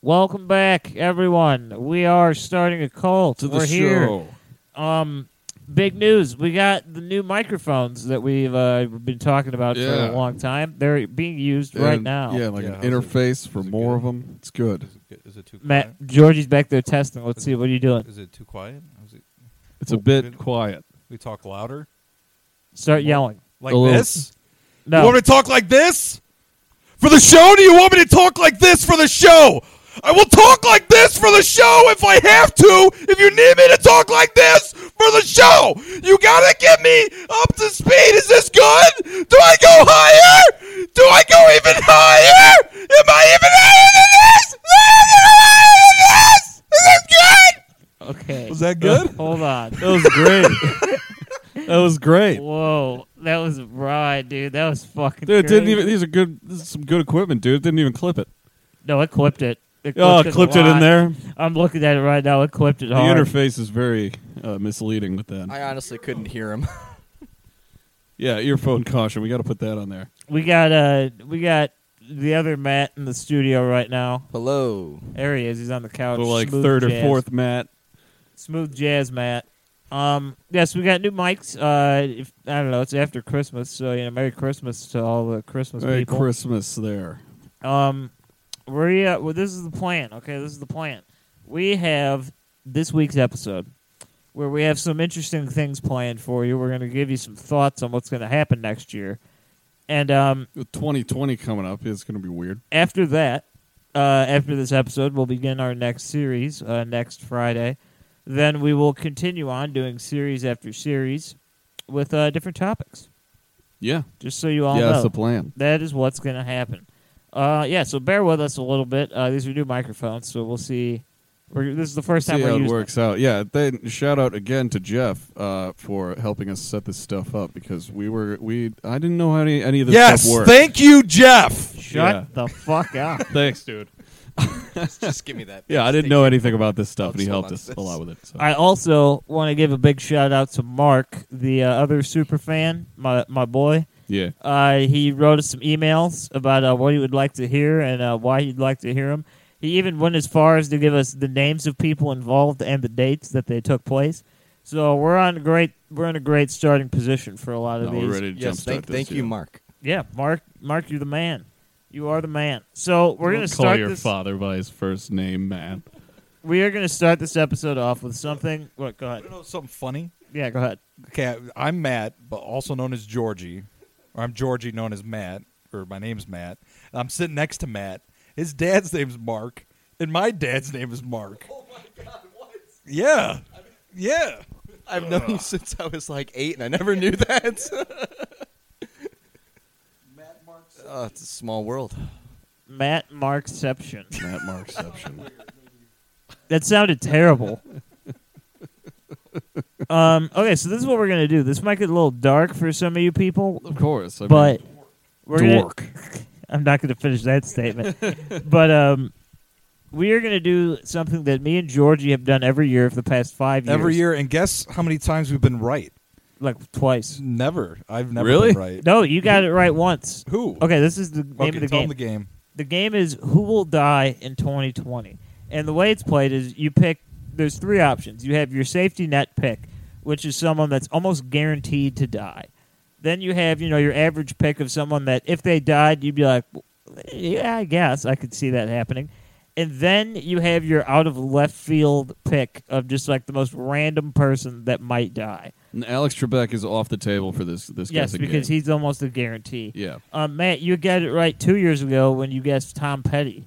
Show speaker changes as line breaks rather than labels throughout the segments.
Welcome back, everyone. We are starting a cult.
To the
We're here.
show.
Um, big news. We got the new microphones that we've uh, been talking about
Yeah.
for a long time. They're being used right
And,
now.
Yeah, like
Yeah,
an
how's it-
interface for
is it
more
good?
of them. It's good.
Is it- Is it too
Matt,
quiet?
Georgie's back there testing. Let's see. What are you doing?
Is it too quiet? Is it,
It's a
Well,
bit
good.
quiet.
we talk louder
Start yelling.
like
little-
this. You
No.
want me to talk like this for the show? Do you want me to talk like this for the show? I will talk like this for the show if I have to. If you need me to talk like this for the show, you gotta get me up to speed. Is this good? Do I go higher? Do I go even higher? Am I even higher than this? Am I even higher than this?
Okay.
Is this good?
Was that good?
Hold on.
That was great. that was great.
Whoa, that was raw, dude. That was fucking.
Dude, it didn't
crazy.
even. These are good. This is some good equipment, dude. It didn't even clip it.
No, it clipped it. It
Oh,
clipped,
it clipped it
a lot.
in there.
I'm looking at it right now. It clipped it
The
hard.
interface is very uh, misleading with that.
I honestly couldn't hear him.
yeah, earphone caution. We got to put that on there.
We got uh, we got the other Matt in the studio right now.
Hello.
There he is. He's on the couch.
But like
Smooth
third or
jazz.
fourth, Matt.
Smooth jazz, Matt. Um, yes, we got new mics. Uh, if, I don't know. It's after Christmas, so you know, Merry Christmas to all the Christmas
Merry
people.
Christmas there.
Um, we uh, well, this is the plan. Okay, this is the plan. We have this week's episode where we have some interesting things planned for you. We're going to give you some thoughts on what's going to happen next year, and um,
With 2020 coming up, it's going to be weird.
after that, uh, after this episode, we'll begin our next series uh, next Friday. Then we will continue on doing series after series with uh, different topics.
Yeah,
Just so you all
yeah,
know,
that's the plan.
that is what's going to happen. Uh, yeah, so bear with us a little bit. Uh, these are new microphones, so we'll see. We're, this is the first time
See
we're
how it
using
works out. Yeah, then shout out again to Jeff uh, for helping us set this stuff up because we were we I didn't know how any any of this
Yes,
stuff worked.
thank you, Jeff.
it. Shut
Yeah.
the fuck up.
Thanks, dude.
Just give me that.
Yeah, I didn't know anything about this stuff,
I'll
and he
just
helped
unbox
us a
this.
lot with it. So.
I also want to give a big shout out to Mark, the uh, other super fan, my my boy.
yeah,
Uh, he wrote us some emails about uh, what he would like to hear and uh, why he'd like to hear him. He even went as far as to give us the names of people involved and the dates that they took place. So we're on a great we're in a great starting position for a lot of
no,
these.
we're ready to
Yes,
jumpstart
thank,
this,
thank
yeah.
you, Mark.
Yeah, Mark, Mark, you're the man. You are the man. So we're
Don't
gonna
call
start
your
this.
father by his first name, man.
We are gonna start this episode off with something. What? Go ahead.
You know something funny?
Yeah, go ahead.
Okay, I- I'm Matt, but also known as Georgie, or I'm Georgie, known as Matt, or my name's Matt. And I'm sitting next to Matt. His dad's name's Mark, and my dad's name is Mark. Oh my god! What? Yeah, yeah.
I've known you since I was like eight, and I never knew that. oh, it's a small world.
Matt Markception.
Matt Markception.
That sounded terrible. um. Okay, so this is what we're gonna do. This might get a little dark for some of you people,
of course, I mean,
but we're gonna-
dork.
I'm not going to finish that statement. but um, we are going to do something that me and Georgie have done every year for the past five years.
Every year, and guess how many times we've been right?
Like twice.
Never. I've never
Really?
been right.
No, you got it right once.
Who?
Okay, this is the name
Okay,
of the
tell
game.
him the game.
The game is who will die in 2020. And the way it's played is you pick, there's three options. You have your safety net pick, which is someone that's almost guaranteed to die. Then you have, you know, your average pick of someone that if they died, you'd be like, yeah, I guess I could see that happening. And then you have your out of left field pick of just like the most random person that might die.
And Alex Trebek is off the table for this. This
Yes,
guessing
because
game.
he's almost a guarantee.
Yeah.
Um, Matt, you got it right two years ago when you guessed Tom Petty.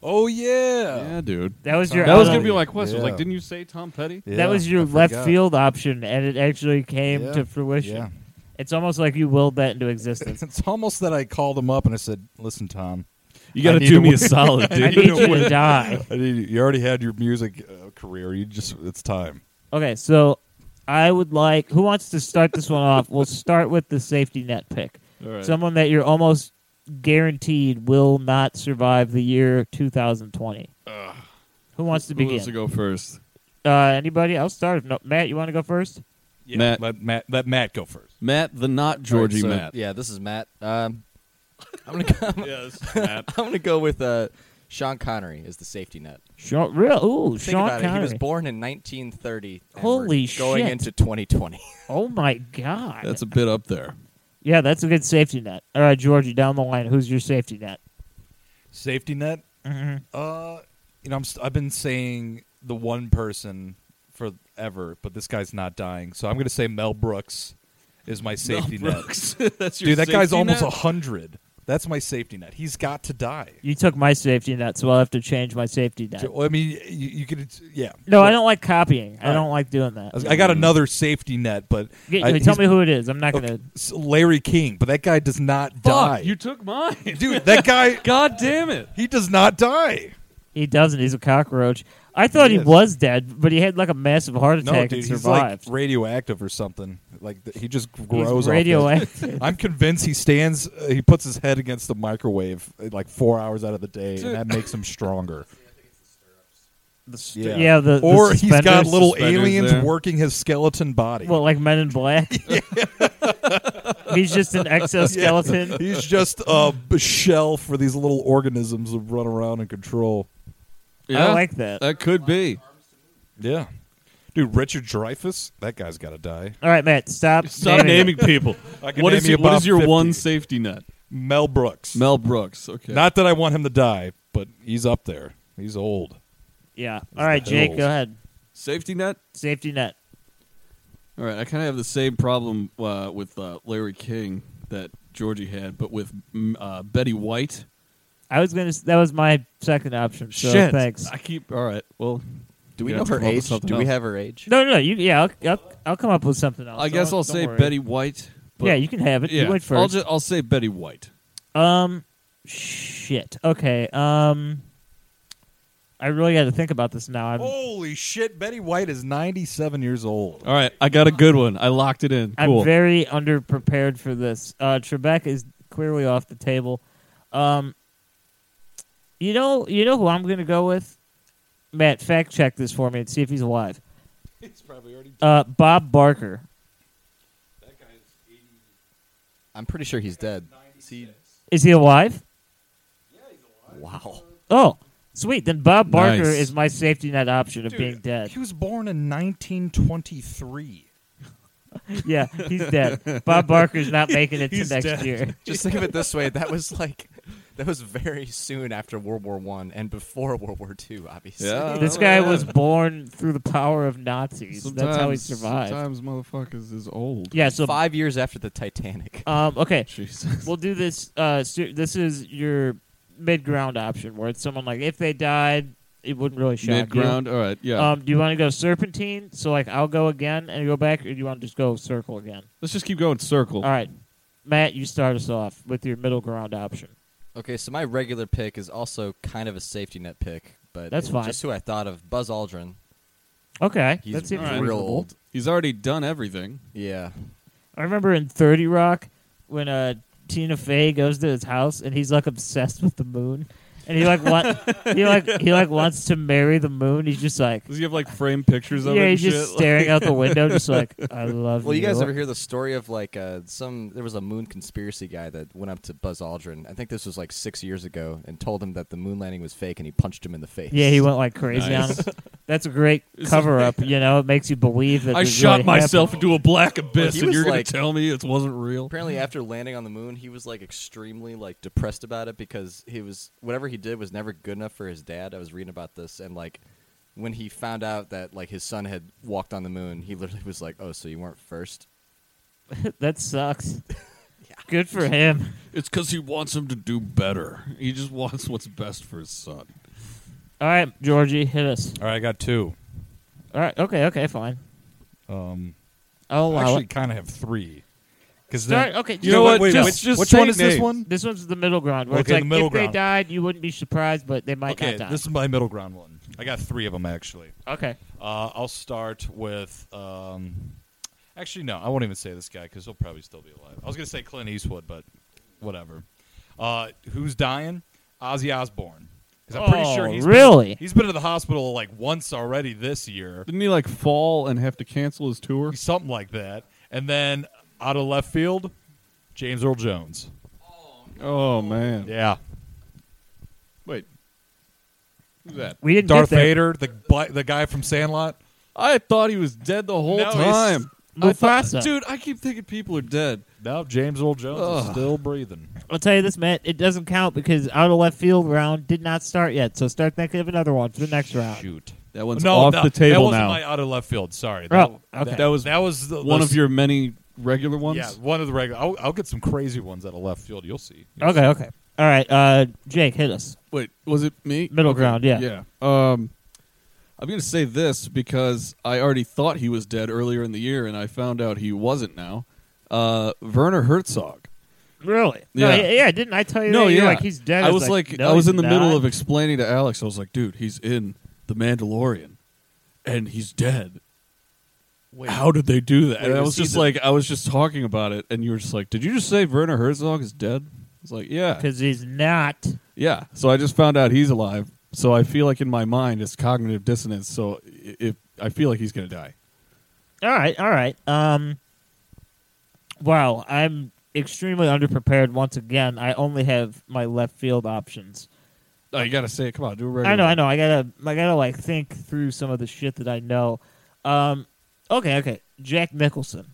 Oh yeah.
yeah, dude.
That was your
That was
out
gonna
of-
be my question. I was like,
Yeah.
didn't you say Tom Petty?
Yeah,
that was your
I
left
forgot.
field option, and it actually came
Yeah.
to fruition.
Yeah.
It's almost like you willed that into existence.
It's almost that I called him up and I said, "Listen, Tom,
You
I
gotta
need
do
to
me a
work-
solid,
I
dude.
need you to die.
I need- you already had your music uh, career. You just—it's time."
Okay, so I would like who wants to start this one off? We'll start with the safety net pick.
All right.
Someone that you're almost guaranteed will not survive the year 2020. who wants to
Who wants
begin?
to go first?
Uh, anybody? I'll start. If no, Matt, you want to go first?
Yeah,
Matt,
Let Matt let Matt go first.
Matt, the not Georgie
All right, so,
Matt.
Yeah, this is Matt. Um, I'm gonna go,
Matt.
I'm gonna go with uh, Sean Connery as the safety net.
Sean, real, ooh,
Think
Sean
about it. He was
Connery.
born in 1930. and
Holy
we're Going
shit.
into 2020.
Oh my god.
That's a bit up there.
yeah, that's a good safety net. All right, Georgie, down the line, who's your safety net?
Safety net.
Mhm.
Uh, you know, I'm st- I've been saying the one person forever, but this guy's not dying, so I'm going to say Mel Brooks is my safety net.
That's your
Dude, that guy's
safety
almost a
net?
hundred. That's my safety net. He's got to die.
You took my safety net, so I'll have to change my safety net.
So, I mean, you, you could, yeah.
No, I don't like copying. I
All right.
don't like doing that.
I
Mm-hmm.
got another safety net, but
Get-
I-
tell
he's-
me who it is. I'm not
okay,
gonna.
s- Larry King, but that guy does not die.
Fuck, you took mine.
Dude, that guy,
God damn it.
he does not die.
He doesn't. He's a cockroach. I thought he,
He is.
was dead, but he had like a massive heart attack
No, dude,
and
he's
survived.
like radioactive or something. Like th- he just
He's
grows. off this.
radioactive.
I'm convinced he stands. Uh, he puts his head against the microwave uh, like four hours out of the day,
Dude.
and that makes him stronger.
yeah. the
or
the
he's got
suspenders.
little
suspenders
aliens
there.
working his skeleton body.
Well, like Men in Black. he's just an exoskeleton.
He's just a b- shell for these little organisms that run around and control.
I like that.
That could be.
Yeah, dude, Richard Dreyfus, that guy's got to die.
All right, Matt, stop.
Stop naming people.
I can
What
name
is,
you
your, what
about
is your
50.
one safety net?
Mel Brooks.
Mel Brooks. Okay.
Not that I want him to die, but he's up there. He's old.
Yeah. All right,
the
Jake,
hills.
go ahead.
safety net.
Safety net.
All right. I kind of have the same problem uh, with uh, Larry King that Georgie had, but with mm, uh, Betty White.
I was gonna. s- That was my second option. So
Shit.
thanks.
I keep. All right. Well,
Do we
Yeah,
know
come
her
up with
age?
something
Do we
else.
have her age?
No, no, no. You, yeah, I'll, I'll, I'll come up with something else.
I guess
Don't-
I'll
don't
say
worry.
Betty White. but-
Yeah, you can have it.
yeah,
You went 1st
I'll, just, I'll say Betty White.
Um, shit. Okay. Um, I really got to think about this now. I'm
Oh,
Holy shit! Betty White is 97 years old.
All right. I got a good one. I locked it in. Cool.
I'm very underprepared for this. Uh, Trebek is clearly off the table. Um, you know, you know who I'm gonna go with. Matt, fact check this for me and see if he's alive.
He's probably already.
Uh, Bob Barker.
I'm pretty sure he's dead.
Is he alive?
Wow.
Oh, sweet. Then Bob Barker
Nice.
is my safety net option of being dead.
He was born in 1923.
yeah, he's dead. Bob Barker's not making it to
He's
next
dead.
year.
Just think of it this way: that was like, that was very soon after World War One and before World War Two, obviously.
Yeah.
This
Oh,
guy
yeah.
was born through the power of Nazis. That's how he
Sometimes-
survived.
Sometimes motherfuckers is old.
Yeah. So,
Five years after the Titanic.
um, okay,
Jesus.
we'll do this. Uh, su- this is your mid-ground option, where it's someone like if they died, it wouldn't really shock
Mid ground. All right.
you.
Yeah.
Um, do you want to go serpentine? So like I'll go again and go back, or do you want to just go circle again?
Let's just keep going. Circle.
All right, Matt, you start us off with your middle ground option.
Okay, so my regular pick is also kind of a safety net pick, but
That's
it's
fine.
Just who I thought of, Buzz Aldrin.
Okay,
He's
that seems
real
reasonable.
old.
He's already done everything.
Yeah,
I remember in Thirty Rock when uh, Tina Fey goes to his house and he's like obsessed with the moon. and he like want, he like he like wants to marry the moon. He's just like,
Does he have like frame pictures of it?
yeah,
and
he's just
shit?
staring out the window, just like I love
Well,
you.
you guys ever hear the story of like uh, some? There was a moon conspiracy guy that went up to Buzz Aldrin. I think this was like six years ago, and told him that the moon landing was fake, and he punched him in the face.
Yeah, he went like crazy
Nice.
on him. That's a great cover up. You know, it makes you believe that
I
this
shot
really
myself
happened.
into a black abyss,
he
and
was
you're
like-
gonna tell me it wasn't real?
Apparently, after landing on the moon, he was like extremely like depressed about it because he was whatever he did was never good enough for his dad. I was reading about this, and like when he found out that like his son had walked on the moon, he literally was like, "Oh, so you weren't first?
that sucks. Good for him.
It's because he wants him to do better. He just wants what's best for his son.
All right, Georgie, hit us.
All right, I got two.
All right, okay, okay, fine. Oh,
Um,
I'll
I
allow
actually
it.
kind of have three. Because
Sorry, okay,
You know what? Wait,
just-
which just
which
say
one is this
names.
one?
This one's the middle ground. Where it's
Okay, the
like,
middle
if they
ground.
died, you wouldn't be surprised, but they might
Okay,
not die.
this is my middle ground one. I got three of them actually.
okay.
Uh, I'll start with. Um, actually, no, I won't even say this guy because he'll probably still be alive. I was gonna say Clint Eastwood, but whatever. Uh, who's dying? Ozzy Osbourne. 'Cause I'm pretty
Oh,
sure he's
really?
Been, he's been to the hospital like once already this year,
Didn't he like fall and have to cancel his tour?
something like that. And then out of left field, James Earl Jones.
Oh man!
Yeah,
Wait, who's that?
We didn't
Darth
get there.
Vader, the bla- the guy from Sandlot.
I thought he was dead the whole
No, he's-
time. I thought-
Mufasa.
dude, I keep thinking people are dead.
No, James Earl Jones is
Ugh.
still breathing.
I'll tell you this, Matt. It doesn't count because out of left field round did not start yet. So start thinking of another one for the next round.
Shoot.
That one's
no,
off
no,
the table
that
now.
wasn't my out of left field. Sorry.
Oh,
that,
okay.
that was that was the,
One
the-
of your many regular ones.
yeah one of the regular. I'll, I'll get some crazy ones out of left field. You'll see.
Okay, okay. All right, uh, Jake, hit us.
Wait, was it me?
Middle ground, yeah.
Yeah. Um, I'm gonna say this because I already thought he was dead earlier in the year, and I found out he wasn't. Now, uh, Werner Herzog.
Really?
No, Yeah.
yeah,
yeah,
didn't I tell you
no,
that?
yeah,
You're like, he's dead.
I was like, I was in the middle of explaining to Alex. I was like, dude, he's in the Mandalorian, and he's dead.
Wait,
How did they do that?
Wait,
and I
was
was
he
just
the-
like, I was just talking about it, and you were just like, did you just say Werner Herzog is dead? I was like, yeah,
Because he's not.
yeah. So I just found out he's alive. So I feel like in my mind it's cognitive dissonance. So i- if I feel like he's gonna die.
All right, all right. Um, wow, I'm extremely underprepared once again. I only have my left field options.
Oh, you gotta say it. Come on, do it right.
I know, I know. I gotta, I gotta like think through some of the shit that I know. Um, okay, okay. Jack Nicholson.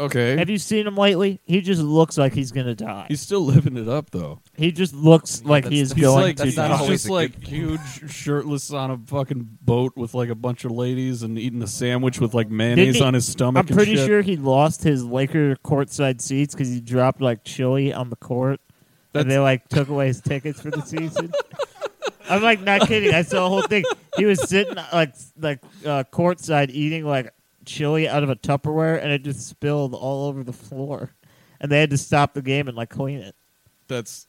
Okay.
Have you seen him lately? He just looks like he's gonna die.
he's still living it up though.
he just looks
Yeah,
like
that's-
he is
that's
He's
going
like
to
that's
he's
not
die.
always
just
a
like
good
huge shirtless on a fucking boat with like a bunch of ladies and eating a sandwich with like
Didn't
mayonnaise
he-
on his stomach.
I'm
and
pretty
shit.
sure he lost his Laker courtside seats because he dropped like chili on the court, and
That's-
they like took away his tickets for the season. I'm like not kidding. I saw the whole thing. He was sitting like s- like uh, courtside eating like chili out of a Tupperware, and it just spilled all over the floor. And they had to stop the game and like clean it.
that's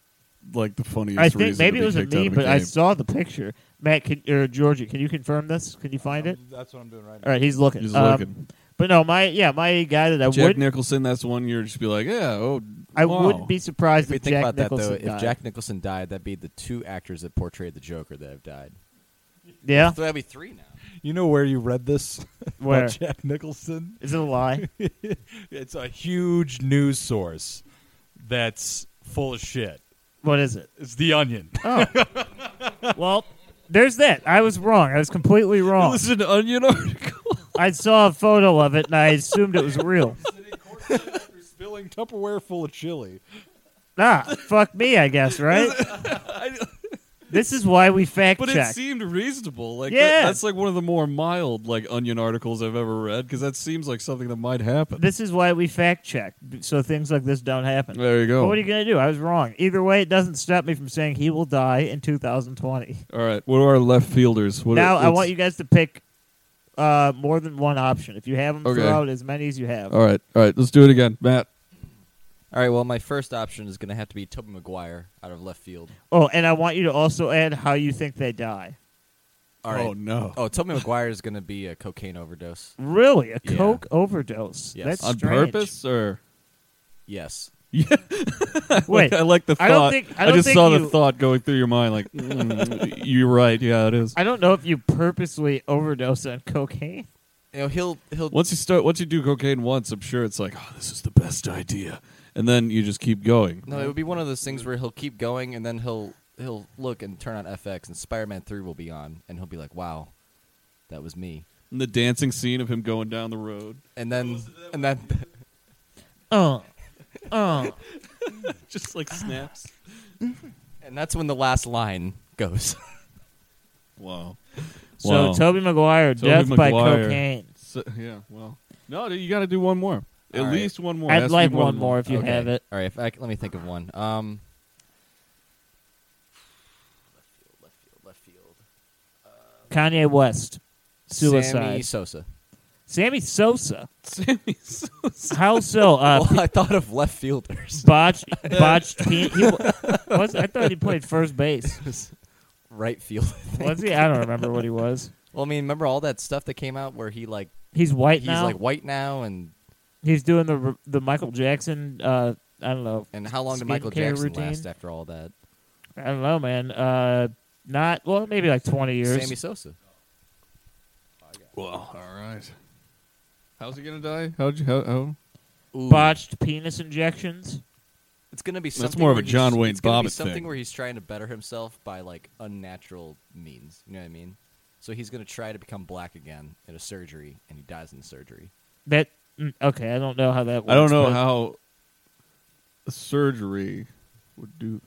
like the funniest.
I think
reason to
maybe
be
it was a
kicked out
meme,
of
but I
game.
saw the picture. Matt can, or Georgie, can you confirm this? Can you find it?
That's what I'm doing right
All right, he's looking.
He's
Um,
looking.
But no, my yeah, my guy that I
Jack
would
Nicholson. That's one you're just be like, yeah, oh,
I
wow.
wouldn't be surprised
If you
if,
think
Jack
about
Nicholson
that though,
died.
if Jack Nicholson died, that'd be the two actors that portrayed the Joker that have died.
yeah,
So that'd be three now.
You know where you read this?
Where?
About Jack Nicholson?
is it a lie?
It's a huge news source that's full of shit.
what is it?
It's The Onion.
Oh.
Well, there's that. I was wrong. I was completely wrong.
This is an onion article.
I saw a photo of it and I assumed it was real.
Spilling Tupperware full of chili.
Nah, Ah, fuck me, I guess. Right? this is why we fact
But it
check.
seemed reasonable. Like
Yeah.
that- that's like one of the more mild like onion articles I've ever read because that seems like something that might happen.
This is why we fact check, b- so things like this don't happen.
There you
But
go.
what are you gonna do? I was wrong. Either way, it doesn't stop me from saying he will die in 2020.
All right, what are our left fielders? What
now I
are, what's-
want you guys to pick uh, more than one option. If you have them,
Okay.
throw out as many as you have.
All right, all right, let's do it again, Matt.
All right. Well, my first option is going to have to be Tobey Maguire out of left field.
Oh, and I want you to also add how you think they die.
All right.
Oh no,
Oh, Tobey Maguire is going to be a cocaine overdose.
Really, a
Yeah.
coke overdose?
Yes.
That's
on
strange.
purpose or
Yes.
Wait,
I like the thought.
I don't think- I don't
just
think
saw the
you-
thought going through your mind. Like, mm, you're right. Yeah, it is.
I don't know if you purposely overdose on cocaine.
You know, he'll he'll
Once you start, once you do cocaine once, I'm sure it's like, oh, this is the best idea, and then you just keep going.
no. It would be one of those things where he'll keep going, and then he'll he'll look and turn on FX, and Spider-Man Three will be on, and he'll be like, "Wow, that was me."
And the dancing scene of him going down the road,
And then and then
Oh, oh.
just
Ah.
like snaps.
and that's when the last line goes.
wow.
So
Wow.
Toby Maguire,
Tobey
death by
Maguire.
cocaine.
So, yeah. Well, no, dude, you got to do one more. At
All right.
least one more. It
I'd
has to be
like
more
one
than
more if you
Okay.
have it.
All right, if I c let me think of one. Um, left field, left field, left field.
Kanye West,
Sammy
suicide.
Sosa.
Sammy Sosa.
Sammy
How so? Uh,
well, I thought of left fielders.
botched, botched. He, he wa- was, I thought he played first base.
right field.
Was he? I don't remember what he was.
Well, I mean, remember all that stuff that came out where he like
He's white
he's
now.
like white now, and
He's doing the the Michael Jackson. Uh, I don't know.
and how long did Michael
Skincare
Jackson
routine?
last after all that?
I don't know, man. Uh, not well, maybe like twenty years.
Sammy Sosa.
Well, all right. How's he gonna die? How'd you? How? how?
Ooh,
Botched penis injections.
it's gonna be
That's
something.
more of
where
a
he's-
John Wayne
it's gonna be
Bobbitt
Something
thing.
where he's trying to better himself by like unnatural means. You know what I mean? So he's gonna try to become black again at a surgery, and he dies in the surgery.
That mm, okay? I don't know how that. Works,
I don't know
but
how a surgery would do.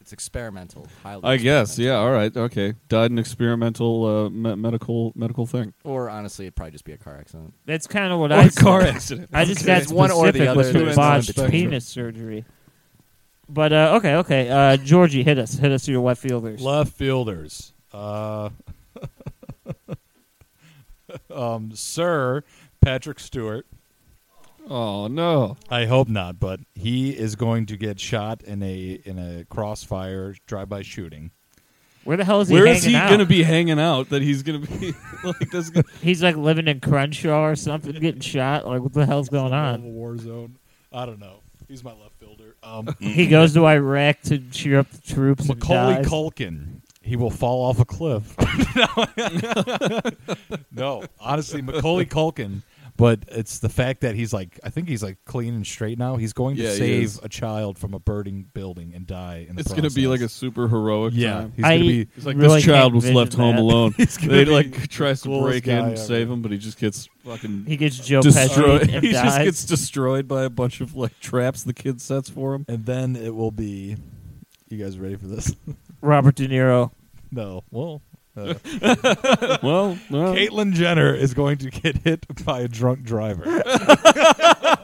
It's experimental. Highly
I guess.
experimental.
Yeah. All right. Okay. Died in experimental uh, me- medical medical thing.
Or honestly, it'd probably just be a car accident.
That's kind of what
Or
I
a
said.
car accident.
I just
Okay.
got
It's one or the
specific
other.
with the
Two ends of the
botched
spectrum.
penis surgery. But uh, okay, okay, uh, Georgie, hit us, hit us to your left fielders.
Left fielders. Uh, um, Sir Patrick Stewart.
Oh no.
I hope not, but he is going to get shot in a in a crossfire drive-by shooting.
Where the hell is he?
Where is
hanging
he
out?
gonna be hanging out? That he's gonna be like this. guy-
He's like living in Crenshaw or something, getting shot. Like what the hell's going
Of a
on?
war zone. I don't know. He's my left fielder. Um,
Mm-hmm.
He goes to Iraq to cheer up the troops. and
Macaulay
dies.
Culkin. He will fall off a cliff. no, honestly, Macaulay Culkin. But it's the fact that he's like, I think he's like clean and straight now. He's going to
Yeah, he is.
save a child from a burning building and die. In the
It's gonna be like a
process.
super heroic.
yeah.
time.
He's gonna
I-
be
It's like
Really
this child
can't
was left
envision
home
that.
alone.
gonna
they
be
like tries to
coolest
break in,
guy
and
ever.
save him, but he just gets fucking
He gets Joe
destroyed.
Pesci and
he
dies.
just gets destroyed by a bunch of like traps the kid sets for him.
And then it will be. You guys ready for this?
Robert De Niro.
no. Well, uh,
well, no.
Caitlyn Jenner is going to get hit by a drunk driver.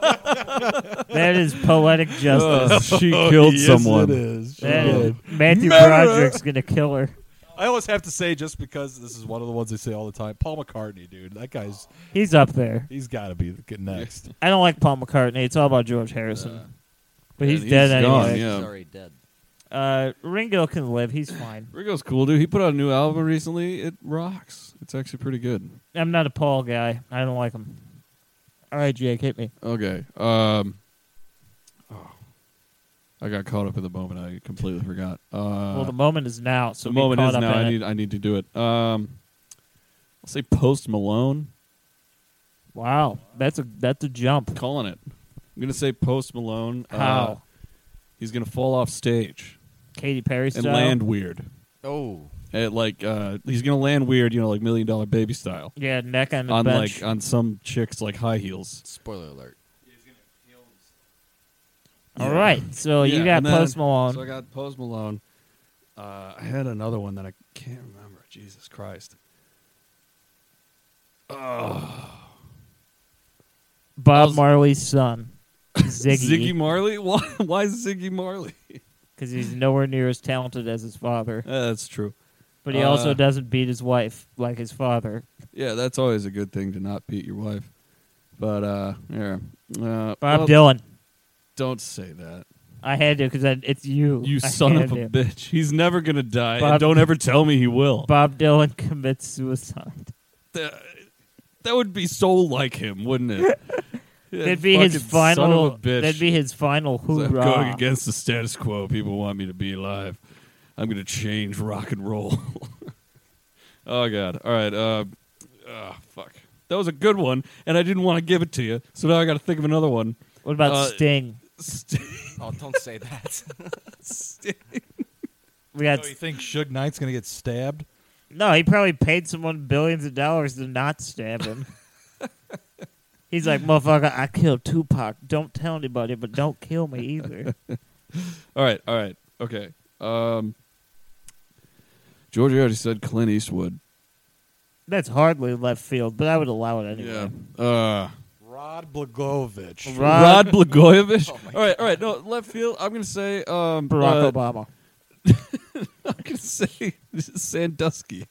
That is poetic justice.
Uh, she killed
yes,
someone.
It is. She
That is-
did.
Matthew
Murder!
Broderick's gonna kill her.
I always have to say, just because this is one of the ones they say all the time, Paul McCartney, dude. That guy's
He's up there.
he's got to be the- good next.
I don't like Paul McCartney. It's all about George Harrison. but he's
he's
dead
gone,
anyway.
Oh, yeah.
He's already dead.
Uh, Ringo can live. He's fine.
Ringo's cool, dude. He put out a new album recently. It rocks. It's actually pretty good.
I'm not a Paul guy. I don't like him. All right, Jake, hit me.
Okay. Um, oh. I got caught up in the moment. I completely forgot. Uh,
well, the moment is now. So
the
be
moment
caught
is
up
now.
in
I
it.
need. I need to do it. Um, I'll say Post Malone.
Wow, that's a that's a jump.
Calling it. I'm gonna say Post Malone. Uh,
How?
he's gonna fall off stage
Katy Perry
and
style.
land weird.
Oh,
At like uh, he's gonna land weird. You know, like Million Dollar Baby style.
Yeah, neck on the
On
bench.
like on some chicks like high heels.
spoiler alert.
All right, so Oh, you got
and then-
Post Malone.
So I got Post Malone. Uh, I had another one that I can't remember. Jesus Christ.
Bob Marley's son,
Ziggy
Ziggy,
Marley? Why, why Ziggy Marley?
because he's nowhere near as talented as his father.
Uh, that's true.
But he
Uh,
also doesn't beat his wife like his father.
Yeah, that's always a good thing to not beat your wife. But, uh, yeah. Uh, well,
Bob Dylan.
Don't say that.
I had to because it's you.
You
I
son
had
of a
to.
bitch. He's never going to die.
Bob-
and don't ever tell me he will.
Bob Dylan commits suicide.
Th- that would be so like him, wouldn't it?
That'd be his
Fucking son of a
final.
bitch.
That'd be his final
I'm going
hoorah.
against the status quo. People want me to be alive. I'm going to change rock and roll. oh God! All right. Uh, ah, fuck. That was a good one, and I didn't want to give it to you, so now I got to think of another one.
What about
Uh,
Sting?
Oh, don't say that.
We got
So you think Suge Knight's gonna get stabbed?
no. He probably paid someone billions of dollars to not stab him. He's like, motherfucker, I killed Tupac. Don't tell anybody, but don't kill me either.
All right. All right. Okay. Um, Georgia already said Clint Eastwood.
That's hardly left field, but I would allow it
Yeah.
anyway.
Uh,
Rod Blagojevich.
Rod Blagojevich. all right, all right. No, left field. I'm gonna say um,
Barack
uh,
Obama.
I'm gonna say Sandusky.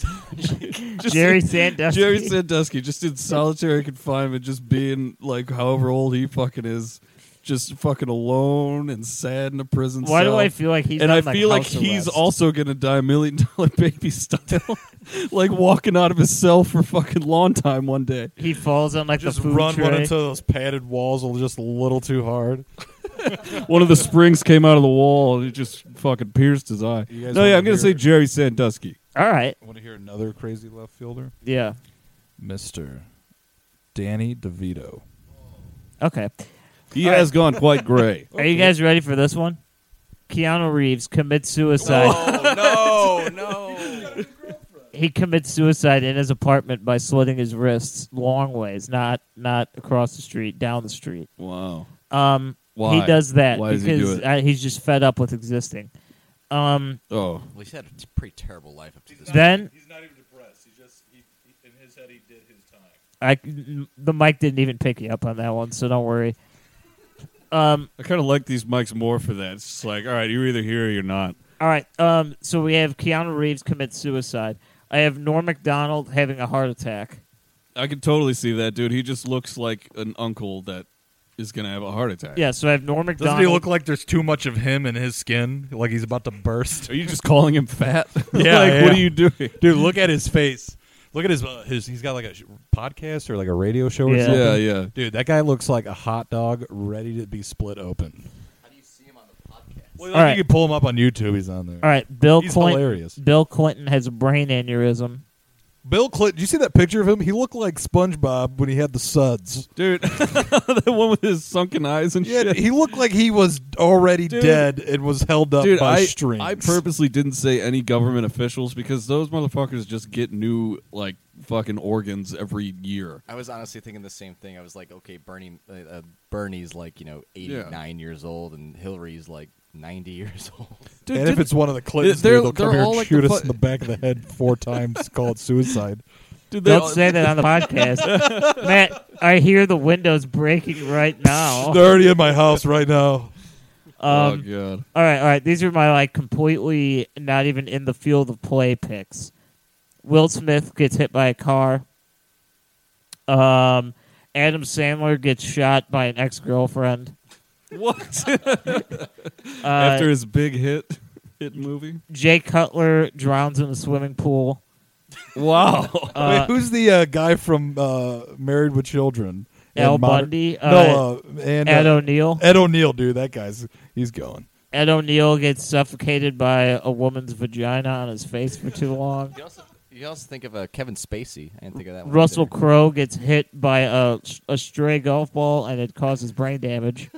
Just-
Jerry Sandusky.
Jerry Sandusky, just in solitary confinement, just being like however old he fucking is, just fucking alone and sad in a prison
Why
cell.
do I feel like he's
and
on,
I feel like
house
he's
arrest?
also gonna die million dollar baby style, like walking out of his cell for fucking long time one day.
He falls on like
Just
the food
run
tray.
one into those padded walls a- just a little too hard.
One of the springs came out of the wall and it just fucking pierced his eye.
You guys
No, yeah,
wanna
I'm gonna
hear-
say Jerry Sandusky.
All right.
Want to hear another crazy left fielder?
Yeah.
Mister Danny DeVito.
Okay.
He has gone quite gray.
Are you guys ready for this one? Keanu Reeves commits suicide.
oh no, no.
He commits suicide in his apartment by slitting his wrists long ways, not not across the street, down the street.
Wow.
Um,
Why?
he does that
Why does
because
he do it?
uh, he's just fed up with existing. Um,
Oh.
Well, he's had a t- pretty terrible life up to this. point.
then
He's not even depressed. He just he, in his head he did his time.
I the mic didn't even pick you up on that one, so don't worry.
I kind of like these mics more for that. It's just like, all right, you're either here or you're not.
All right. Um, so we have Keanu Reeves commit suicide. I have Norm Macdonald having a heart attack.
I can totally see that, dude. He just looks like an uncle that is going to have a heart attack.
Yeah, so I have Norm
Doesn't
Macdonald.
he look like there's too much of him in his skin? Like he's about to burst.
Are you just calling him fat?
Yeah,
like,
yeah.
what are you doing?
Dude, look at his face. Look at his uh, his. He's got like a sh- podcast or like a radio show or
Yeah.
something.
Yeah, yeah.
Dude, that guy looks like a hot dog ready to be split open.
How do you see him on the podcast?
Well,
All right.
You can pull him up on YouTube. He's on there.
All right, Bill
He's
Clinton.
hilarious.
Bill Clinton has a brain aneurysm.
Bill Clinton. Did you see that picture of him? He looked like SpongeBob when he had the suds.
Dude, the one with his sunken eyes and
Yeah,
shit.
he looked like he was already
Dude.
dead and was held up
Dude,
by
I,
strings.
I purposely didn't say any government officials because those motherfuckers just get new, like, fucking organs every year.
I was honestly thinking the same thing. I was like, okay, Bernie, uh, uh, Bernie's like you know eighty nine years old, and Hillary's like ninety years old.
Dude,
and if
didn't-
it's one of the Clintons,
They're-
dude, they'll
they're
come here
all
and
like
shoot
the
us
fu-
in the back of the head four times, call it suicide.
dude, they all-
Don't say that on the podcast, Matt. I hear the windows breaking right now.
They're already in my house right now.
Oh,
Um,
God.
all right, all right. These are my like completely not even in the field of play picks. Will Smith gets hit by a car. Um, Adam Sandler gets shot by an ex girlfriend.
What?
Uh,
After his big hit, hit movie?
Jay Cutler drowns in a swimming pool.
Wow.
Uh,
Wait, who's the uh, guy from uh, Married with Children? And
Al
Modern-
Bundy,
no, uh, and uh,
Ed O'Neill.
Ed O'Neill, dude. That guy's he's going.
Ed O'Neill gets suffocated by a woman's vagina on his face for too long.
You also, you also think of uh, Kevin Spacey. I didn't think of that one.
Russell
either.
Crowe gets hit by a, a stray golf ball and it causes brain damage.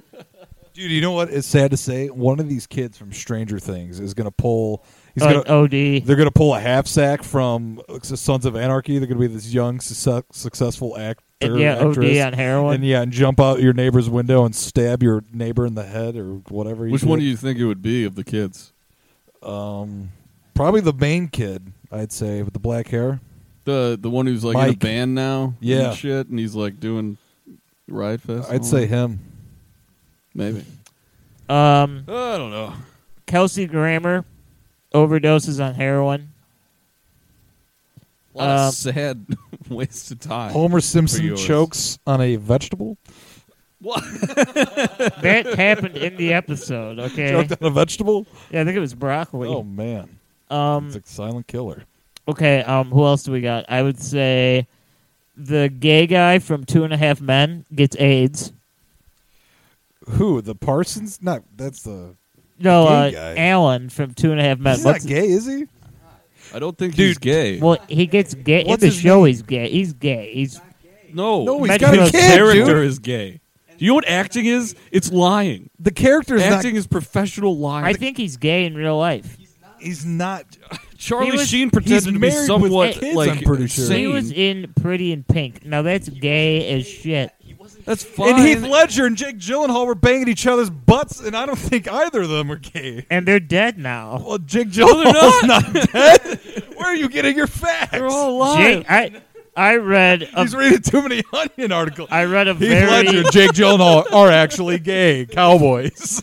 Dude, you know what? It's sad to say. One of these kids from Stranger Things is going to pull. He's
Like
gonna,
OD.
They're going to pull a half sack from Sons of Anarchy. They're going to be this young, succe- successful actor.
And yeah,
actress.
OD on heroin.
And yeah, and jump out your neighbor's window and stab your neighbor in the head or whatever.
Which one do you think it would be of the kids?
Probably the main kid, I'd say, with the black hair.
The the one who's like in a
Mike.
band now,
Yeah.
and shit, and he's like doing Riot Fest. and
I'd
all
say
that?
him.
maybe.
Um,
I don't know.
Kelsey Grammer overdoses on heroin.
A lot
Uh,
of sad waste of time.
Homer
For
Simpson
yours.
chokes on a vegetable.
What?
That happened in the episode, okay?
Choked on a vegetable.
Yeah, I think it was broccoli.
Oh man,
um,
it's a silent killer.
Okay, um, who else do we got? I would say the gay guy from Two and a Half Men gets AIDS.
Who? The Parsons? Not that's the.
No,
Gay
uh,
guy?
Alan from Two and a Half Men.
He's
What's-
not gay, is he?
I don't think
Dude,
he's gay.
Well, he gets gay
What's
in the
his
show. He's gay. He's gay. He's
no,
No, he's
Imagine if
got a
those
the
kid,
character
dude.
is gay. Do you know what acting is? It's lying.
The character's
acting
not.
is professional lying.
I think he's gay in real life.
He's not.
Charlie
He was-
Sheen pretended to be
married with
somewhat
kids,
like
I'm pretty sure.
He
insane.
was in Pretty in Pink. Now that's gay as shit.
That's fine.
And Heath Ledger and Jake Gyllenhaal were banging each other's butts, and I don't think either of them were gay.
And they're dead now.
Well, Jake Gyllenhaal's not. dead. Where are you getting your facts?
They're all lying.
Jake, I I read a,
He's reading too many Onion articles.
I read a
Heath
very
Ledger and Jake Gyllenhaal are actually gay cowboys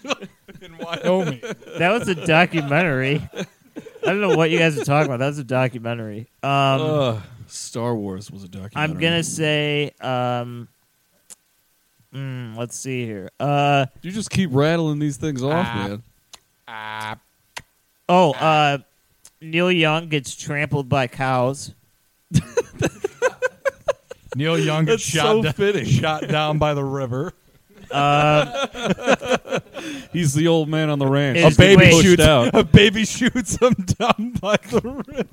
in Wyoming.
that was a documentary. I don't know what you guys are talking about. That was a documentary. Um,
Ugh, Star Wars was a documentary.
I'm gonna say. Um, mm, let's see here. Uh,
You just keep rattling these things off,
Ah.
man.
oh, uh, Neil Young gets trampled by cows.
Neil Young gets
That's
shot,
so
down-
fitting.
shot down by the river.
He's the old man on the ranch.
Is-
a baby
wait.
shoots
Pushed out.
a baby shoots him down by the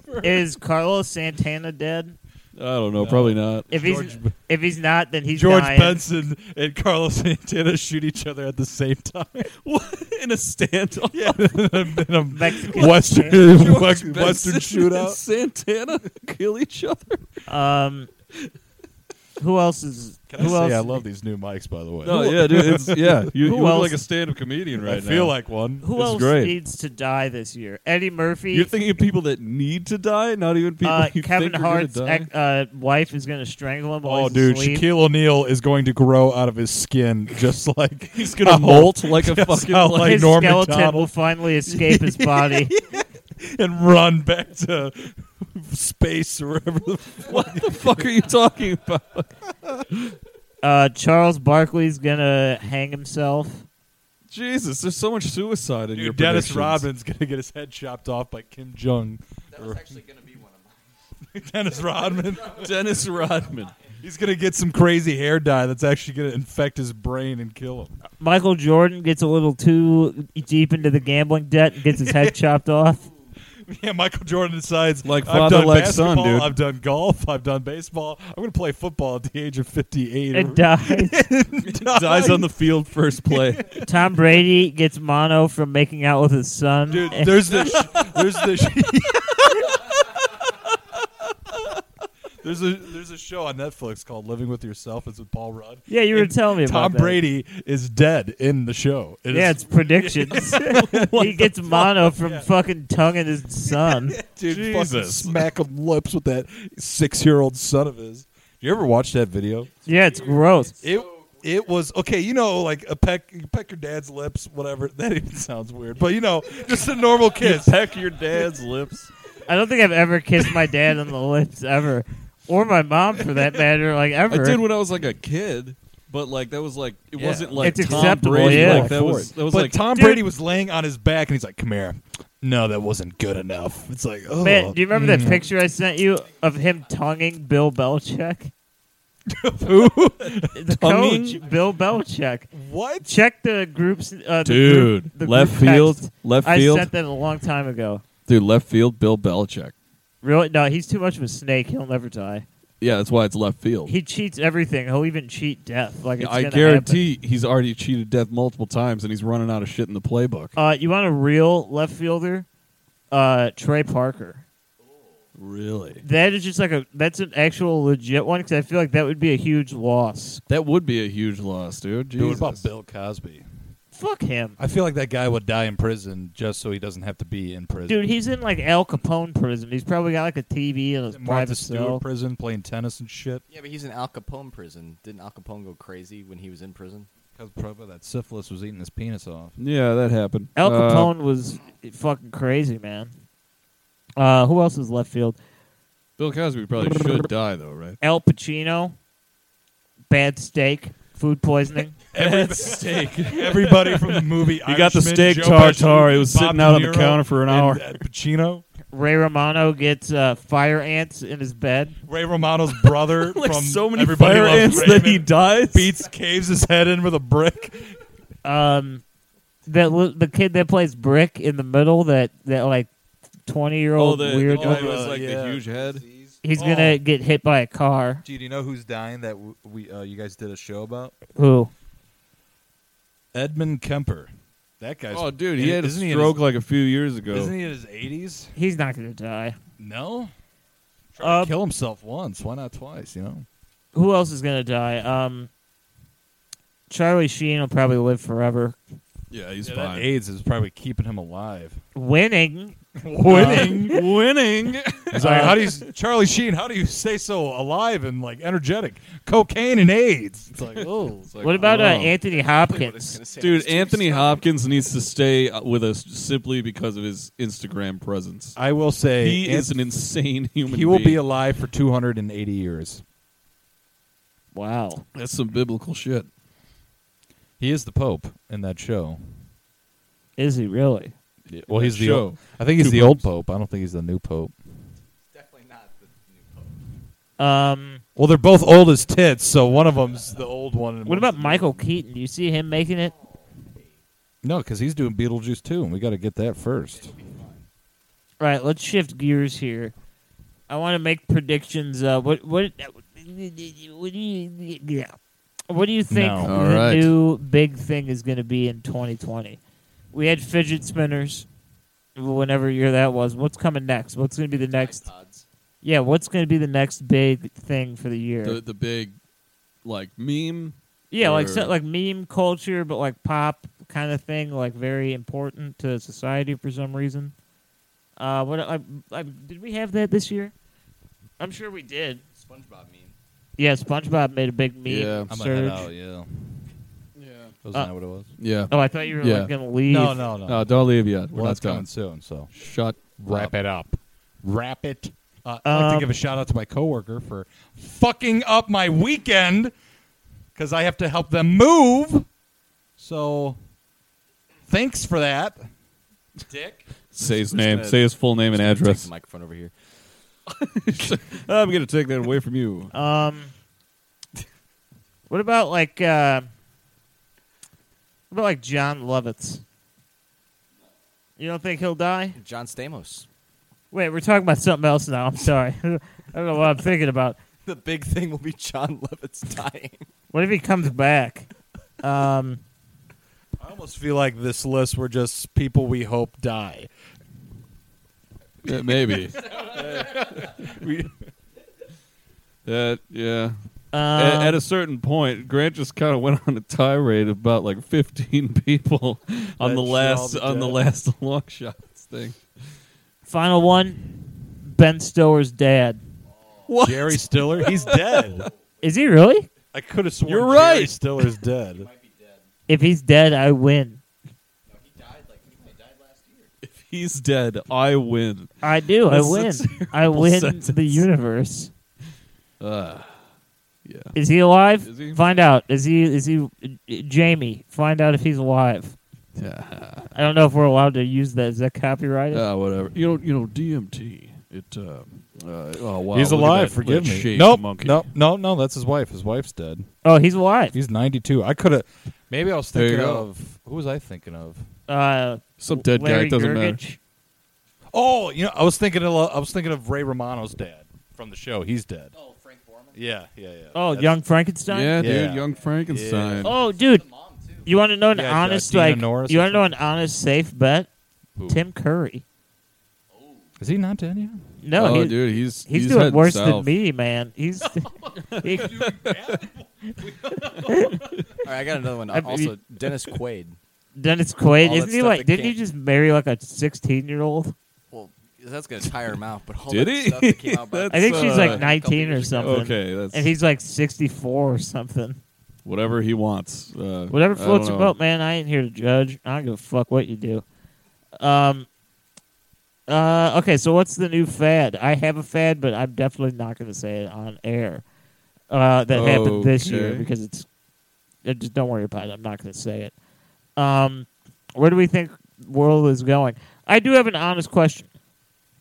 river.
Is Carlos Santana dead?
I don't know. Probably not.
If he's if he's not, then he's
George
dying.
Benson and Carlos Santana shoot each other at the same time.
In a standoff.
Yeah, in a
Mexican
Western
George
Western
Benson and
shootout.
Santana kill each other.
Um, who else is? who else?
I love these new mics, by the way.
No, yeah, dude. It's, yeah, you, you
Who
look
else?
like a stand-up comedian right
I
now.
feel like one.
who
It's
else
great.
needs to die this year? Eddie Murphy.
you're thinking of people that need to die, not even people.
uh,
you
Kevin
think are gonna
Hart's
die?
ex- uh, wife is going to strangle him while
Oh,
he's
dude,
asleep.
Shaquille O'Neal is going to grow out of his skin, just like
He's gonna molt like a fucking
how,
like,
like-
His
Norm
skeleton
Macdonald.
will finally escape his body.
and run back to space or wherever. The
What the fuck are you talking about?
Uh, Charles Barkley's going to hang himself.
Jesus, there's so much suicide in your
dude, Dennis
predictions.
Rodman's gonna get his head chopped off by Kim Jong.
That was actually going to be one of mine.
Dennis Rodman.
Dennis Rodman.
He's gonna get some crazy hair dye that's actually gonna infect his brain and kill
Uh,
him.
Michael Jordan gets a little too deep into the gambling debt and gets his head chopped off.
Yeah, Michael Jordan decides
Like
I've
father,
done
like son,
basketball,
dude."
I've done golf, I've done baseball. I'm gonna play football at the age of 58.
It dies.
Dies on the field first play.
Tom Brady gets mono from making out with his son.
Dude, there's this. There's this. there's a there's a show on Netflix called Living with Yourself. It's with Paul Rudd.
yeah, you were telling me about
Tom
that.
Brady is dead in the show. It
Yeah,
is-
it's predictions. he gets mono from fucking tonguing his son.
dude, fucking
Jesus.
smack him lips with that six year old son of his. You ever watch that video?
Yeah, it's gross.
It it was okay. You know, like a peck you peck your dad's lips, whatever. That even sounds weird, but you know, just a normal kiss.
Peck your dad's lips.
I don't think I've ever kissed my dad on the lips ever, or my mom for that matter, like
I
ever.
did when I was like a kid, but like that was like it wasn't like
It's
Tom
acceptable,
Brady.
yeah.
Like that was that was
but
like
Tom
Dude.
Brady was laying on his back, and he's like, "Come here." No, that wasn't good enough. It's like, oh,
Man, do you remember
Mm.
that picture I sent you of him tonguing Bill Belichick? Who? the
Tonguing?
coach, Bill Belichick.
what?
Check the groups. Uh, the
Dude,
group- the
left
group
field,
text.
left
I
field.
sent that a long time ago.
dude left field Bill Belichick.
Really? No, he's too much of a snake. He'll never die.
Yeah, that's why it's left field.
He cheats everything. He'll even cheat death. Like it's
I
gonna
guarantee he's already cheated death multiple times, and he's running out of shit in the playbook.
happen. Uh, you want a real left fielder? Uh, Trey Parker.
Really?
That is just like a that's an actual legit one because I feel like that would be a huge loss.
That would be a huge loss, dude. Jesus.
Dude, what about Bill Cosby?
Fuck him,
I feel like that guy would die in prison just so he doesn't have to be in prison.
dude. He's in like Al Capone prison. He's probably got like a TV in his
Martha
private
Stewart
cell.
prison playing tennis and shit.
Yeah, but he's in Al Capone prison. Didn't Al Capone go crazy when he was in prison?
Because probably that syphilis was eating his penis off.
Yeah, that happened.
Al
Uh,
Capone was fucking crazy, man. Uh, who else is left field?
Bill Cosby probably should die though, right?
Al Pacino, bad steak, food poisoning.
Every steak. he
Everybody from the movie.
got the
Irishman,
steak
Joe
tartare.
Pesci,
It was
Bob
sitting out on the
De Niro,
counter for an
and,
hour.
uh, Pacino.
Ray Romano gets uh, fire ants in his bed.
Ray Romano's brother
Like
from
so many
everybody
fire ants
Loves
that he
Raymond
dies.
beats caves his head in with a brick.
Um, that li- the kid that plays Brick in the middle, that that like twenty year
Oh,
old
the,
weird.
the guy
looking-
with like
yeah.
the huge head.
he's gonna get hit by a car.
Gee, do you know who's dying that w- we uh, you guys did a show about?
Who?
Edmund Kemper. That guy's.
Oh, dude, he
i-
had a
isn't he in
stroke
his-
like a few years ago.
Isn't he in his eighties?
He's not gonna die.
No. Tried
Uh,
to kill himself once. Why not twice? You know.
who else is gonna die? Um, Charlie Sheen will probably live forever.
Yeah, he's
Yeah, that
fine.
AIDS is probably keeping him alive.
Winning.
Winning,
Uh,
winning.
It's like, how do you, Charlie Sheen? How do you stay so alive and like energetic? Cocaine and AIDS. It's like, oh,
It's like,
what about uh,
wow.
Anthony Hopkins?
Dude, Anthony Hopkins needs to stay uh, with us simply because of his Instagram presence.
I will say
He is an insane human.
he will be
being.
alive for 280 years.
Wow.
That's some biblical shit.
He is the Pope in that show.
Is he really?
Well, he's
that
the
show.
old, I think he's
Two
the old Pope. I don't think he's the new Pope.
Definitely not the new
Um,
Well, they're both old as tits, so one of them's the old one. and
what
one's
about
the new
Michael
one.
Keaton? Do you see him making it?
No, because he's doing Beetlejuice too, and we got to get that first.
All right, let's shift gears here. I want to make predictions. Uh, what what what do you yeah? What do you think
No.
All
the
right.
new big thing is going to be in 2020? We had fidget spinners, whenever year that was. What's coming next? What's going to be the next?
pods.
Yeah, what's going to be the next big thing for the year?
The the big like meme.
yeah, like
or-
so, like meme culture, but like pop kind of thing, like very important to society for some reason. Uh, what I, I, did we have that this year? I'm sure we did.
SpongeBob meme.
Yeah, SpongeBob made a big meme
Yeah.
yeah, surge.
yeah.
Yeah.
Wasn't
Uh,
that what it was?
Yeah.
Oh, I thought you were
Yeah.
like, going to leave.
no, no.
No, don't leave yet. We're
well,
not
that's coming
done.
soon, so.
Shut.
Wrap
up.
it up. Wrap it. Uh, I'd like
Um,
to give a shout out to my coworker for fucking up my weekend because I have to help them move. So, thanks for that. Dick.
Say his
Just
name.
gonna-
Say his full name and
Just gonna take
address.
the microphone over here.
I'm gonna take that away from you.
Um, what about like, uh, what about like John Lovitz? You don't think he'll die?
John Stamos.
Wait, we're talking about something else now. I'm sorry. I don't know what I'm thinking about.
The big thing will be John Lovitz dying.
What if he comes back? Um,
I almost feel like this list were just people we hope die.
Yeah, maybe.
We-
That yeah.
um,
A- at, a certain point, Grant just kind of went on a tirade about like 15 people on
That
the
should all
last
be
on the
dead.
last long shots thing.
final one. Ben Stiller's dad.
What?
Jerry Stiller, he's dead.
Is he really?
I could have sworn
You're
Jerry
right.
Stiller's dead.
If he's dead, I win.
If he's dead, I win.
I do. I
That's a
win.
terrible
I win the
sentence.
universe.
Uh, yeah.
Is he alive?
Is he?
Find out. Is he? Is he? Jamie, find out if he's alive. I don't know if we're allowed to use that. Is that copyrighted?
Uh, whatever. You know, you know, DMT. It. Um, uh, oh wow.
he's
look at
alive.
that-
forgive
that
me.
shaved
Nope.
monkey.
No, no, no. That's his wife. His wife's dead.
oh, he's alive.
He's 92. I could have. Maybe I was
There you
thinking
go.
of. Who was I thinking of?
Uh,
Some dead guy.
Larry
It doesn't matter.
Gergich.
Oh, you know, I was thinking of. I was thinking of Ray Romano's dad from the show. He's dead.
Oh, Frank Borman.
Yeah, yeah, yeah.
Oh,
That's-
Young Frankenstein.
Yeah,
Yeah.
dude. Young Frankenstein.
Oh, dude.
mom too.
You want to know an
Yeah, uh,
honest
Dina
like?
Norris
you
or
want to know an honest safe bet?
Who?
Tim Curry.
Is he not dead yet?
No,
Oh,
he-
dude. He's
He's,
he's
doing
heading
worse than
south.
me, man. He's. he-
All right, I got another one.
I-
Also, Dennis Quaid.
Dennis Quaid,
All that
isn't he
stuff
like?
that
Didn't he
can't-
just marry like a sixteen-year-old?
Well, that's gonna tire him out. But all
Did
that
he?
stuff that came out about
That's,
I think she's
uh,
like nineteen or something.
Okay, that's
and he's like 64 or something.
whatever he wants. Uh,
Whatever
I don't
floats your
know.
boat, man. I ain't here to judge. I don't give a fuck what you do. Um. Uh. Okay. So what's the new fad? I have a fad, but I'm definitely not going to say it on air. Uh, that happened this year
Okay.
because it's. uh, Just don't worry about it. I'm not going to say it. Um, where do we think world is going? I do have an honest question.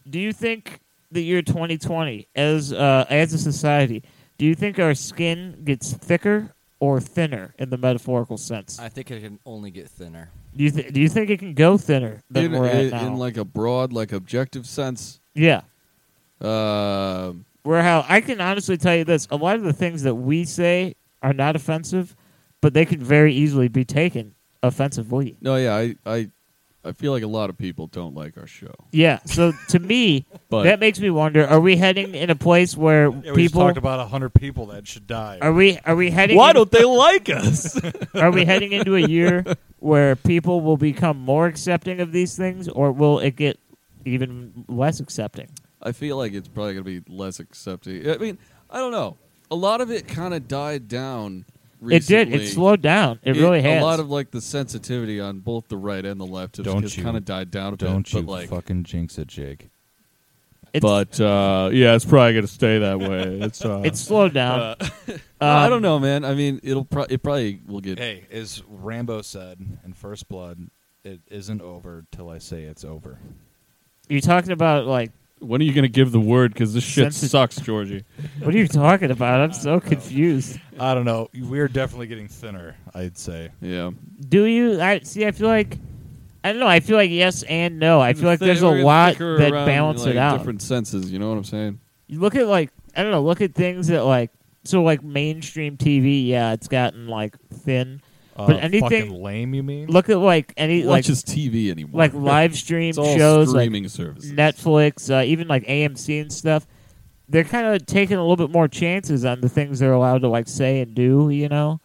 do you think the year 2020 as uh, as a society do you think our skin gets thicker or thinner in the metaphorical sense
I think it can only get thinner.
do you th- do you think it can go thinner than
in,
we're at
in-
now?
in, like a broad, like objective sense.
yeah
Uh,
where how I can honestly tell you this: a lot of the things that we say are not offensive, but they can very easily be taken offensively.
no, yeah, I, I, I feel like a lot of people don't like our show.
Yeah. So to me,
But-
that makes me wonder: Are we heading in a place where
Yeah, we just
people
talked about hundred people that should die.
are we are we heading in-
they like us?
are we heading into a year where people will become more accepting of these things, or will it get even less accepting?
I feel like it's probably going to be less accepting. I mean, I don't know. A lot of it kind of died down. Recently.
It did. It slowed down. It, really has.
A lot of like the sensitivity on both the right and the left has,
Don't you-
kind of died down a
Don't
bit.
you
but like,
fucking jinx it, Jake.
it's,
but uh, yeah, it's probably going to stay that way. It's, uh,
it slowed down.
I
Um,
don't know, man. I mean, it'll pro- it probably will get.
Hey, as Rambo said in First Blood, it isn't over till I say it's over.
You're talking about like
When are you going to give the word? Because this shit
Sensi-
sucks, Georgie.
What are you talking about? I'm so confused.
I don't know. We're definitely getting thinner. I'd say.
Yeah,
Do you? I see. I feel like I don't know. I feel like yes and no. I feel like
Thi-
there's a
we're gonna
lot
tinker
that
around,
balance
like,
it out.
Different senses. You know what I'm saying?
You look at like I don't know. Look at things that like so like mainstream TV. Yeah, it's gotten like thin.
Uh,
But anything-
fucking lame, you mean?
Look at like any
Who
like
watches TV anymore?
like live stream
it's all
shows like
streaming services.
Netflix, uh, even like AMC and stuff. They're kind of taking a little bit more chances on the things they're allowed to like say and do, you know.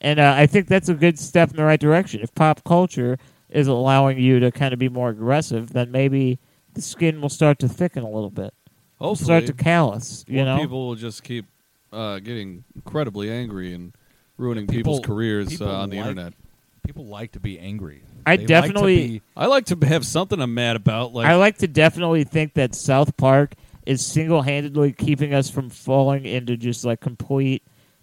And uh, I think that's a good step in the right direction. If pop culture is allowing you to kind of be more aggressive, then maybe the skin will start to thicken a little bit,
Hopefully,
start to callus, you
more
know.
people will just keep uh, getting incredibly angry and ruining
People-
people's careers
people
uh, on the
like-
internet.
People like to be angry.
I
They like to
definitely-
be-
I like to have something I'm mad about. Like
I like to definitely think that South Park is single-handedly keeping us from falling into just like complete,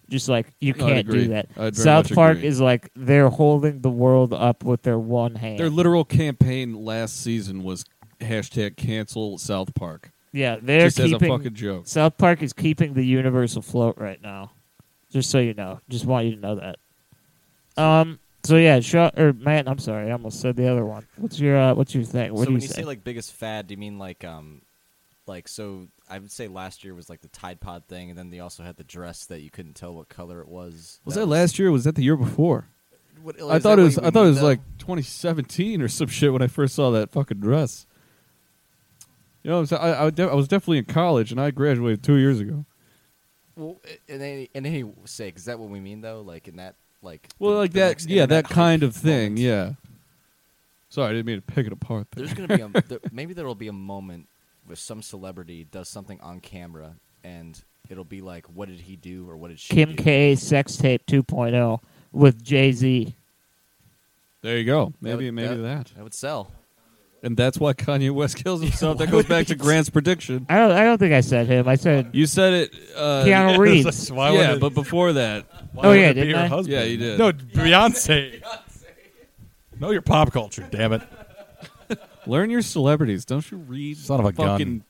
just like you
I'd
can't
agree.
do that.
I'd very
South
much
Park
agree.
is like they're holding the world up with their one hand.
their literal campaign last season was hashtag cancel South Park.
yeah, they're
just as a
keeping
fucking joke.
South Park is keeping the universe afloat right now. Just so you know, just want you to know that. Um. So yeah, Shaw or Matt. I'm sorry, I almost said the other one. What's your uh, What's your thing? What
so
do
when
you say?
like biggest fad, do you mean like um, like so? I would say last year was like the Tide Pod thing, and then they also had the dress that you couldn't tell what color it was.
Was that last year? or Was that the year before?
What,
I thought
is that
it
what
was.
you
I thought it
mean,
was
though?
like 2017 or some shit when I first saw that fucking dress. You know, what I'm saying? I, I, de- I was definitely in college, and I graduated two years ago.
Well, in any in any sake, is that what we mean though? Like in that like
Well,
the-
like
the
that,
next
yeah,
internet
that kind
hype
of thing,
moment?
yeah. Sorry, I didn't mean to pick it apart. There.
There's gonna be a, there, maybe there'll be a moment where some celebrity does something on camera, and it'll be like, what did he do or what did she?
Kim
do?
K sex tape 2.0 with Jay Z.
There you go. Maybe,
would-
maybe that.
That would sell.
and that's why Kanye West kills himself. that goes back to Grant's prediction.
I don't. I don't think I said him. I said
You said it, uh,
Keanu
That's
Reeves.
why would
yeah,
it-
but before that,
why
Oh,
would
yeah,
it be
didn't
your
I?
husband?
Yeah, you did.
No, Beyonce. know your pop culture, damn it.
learn your celebrities. Don't you read
Son of a gun.
fucking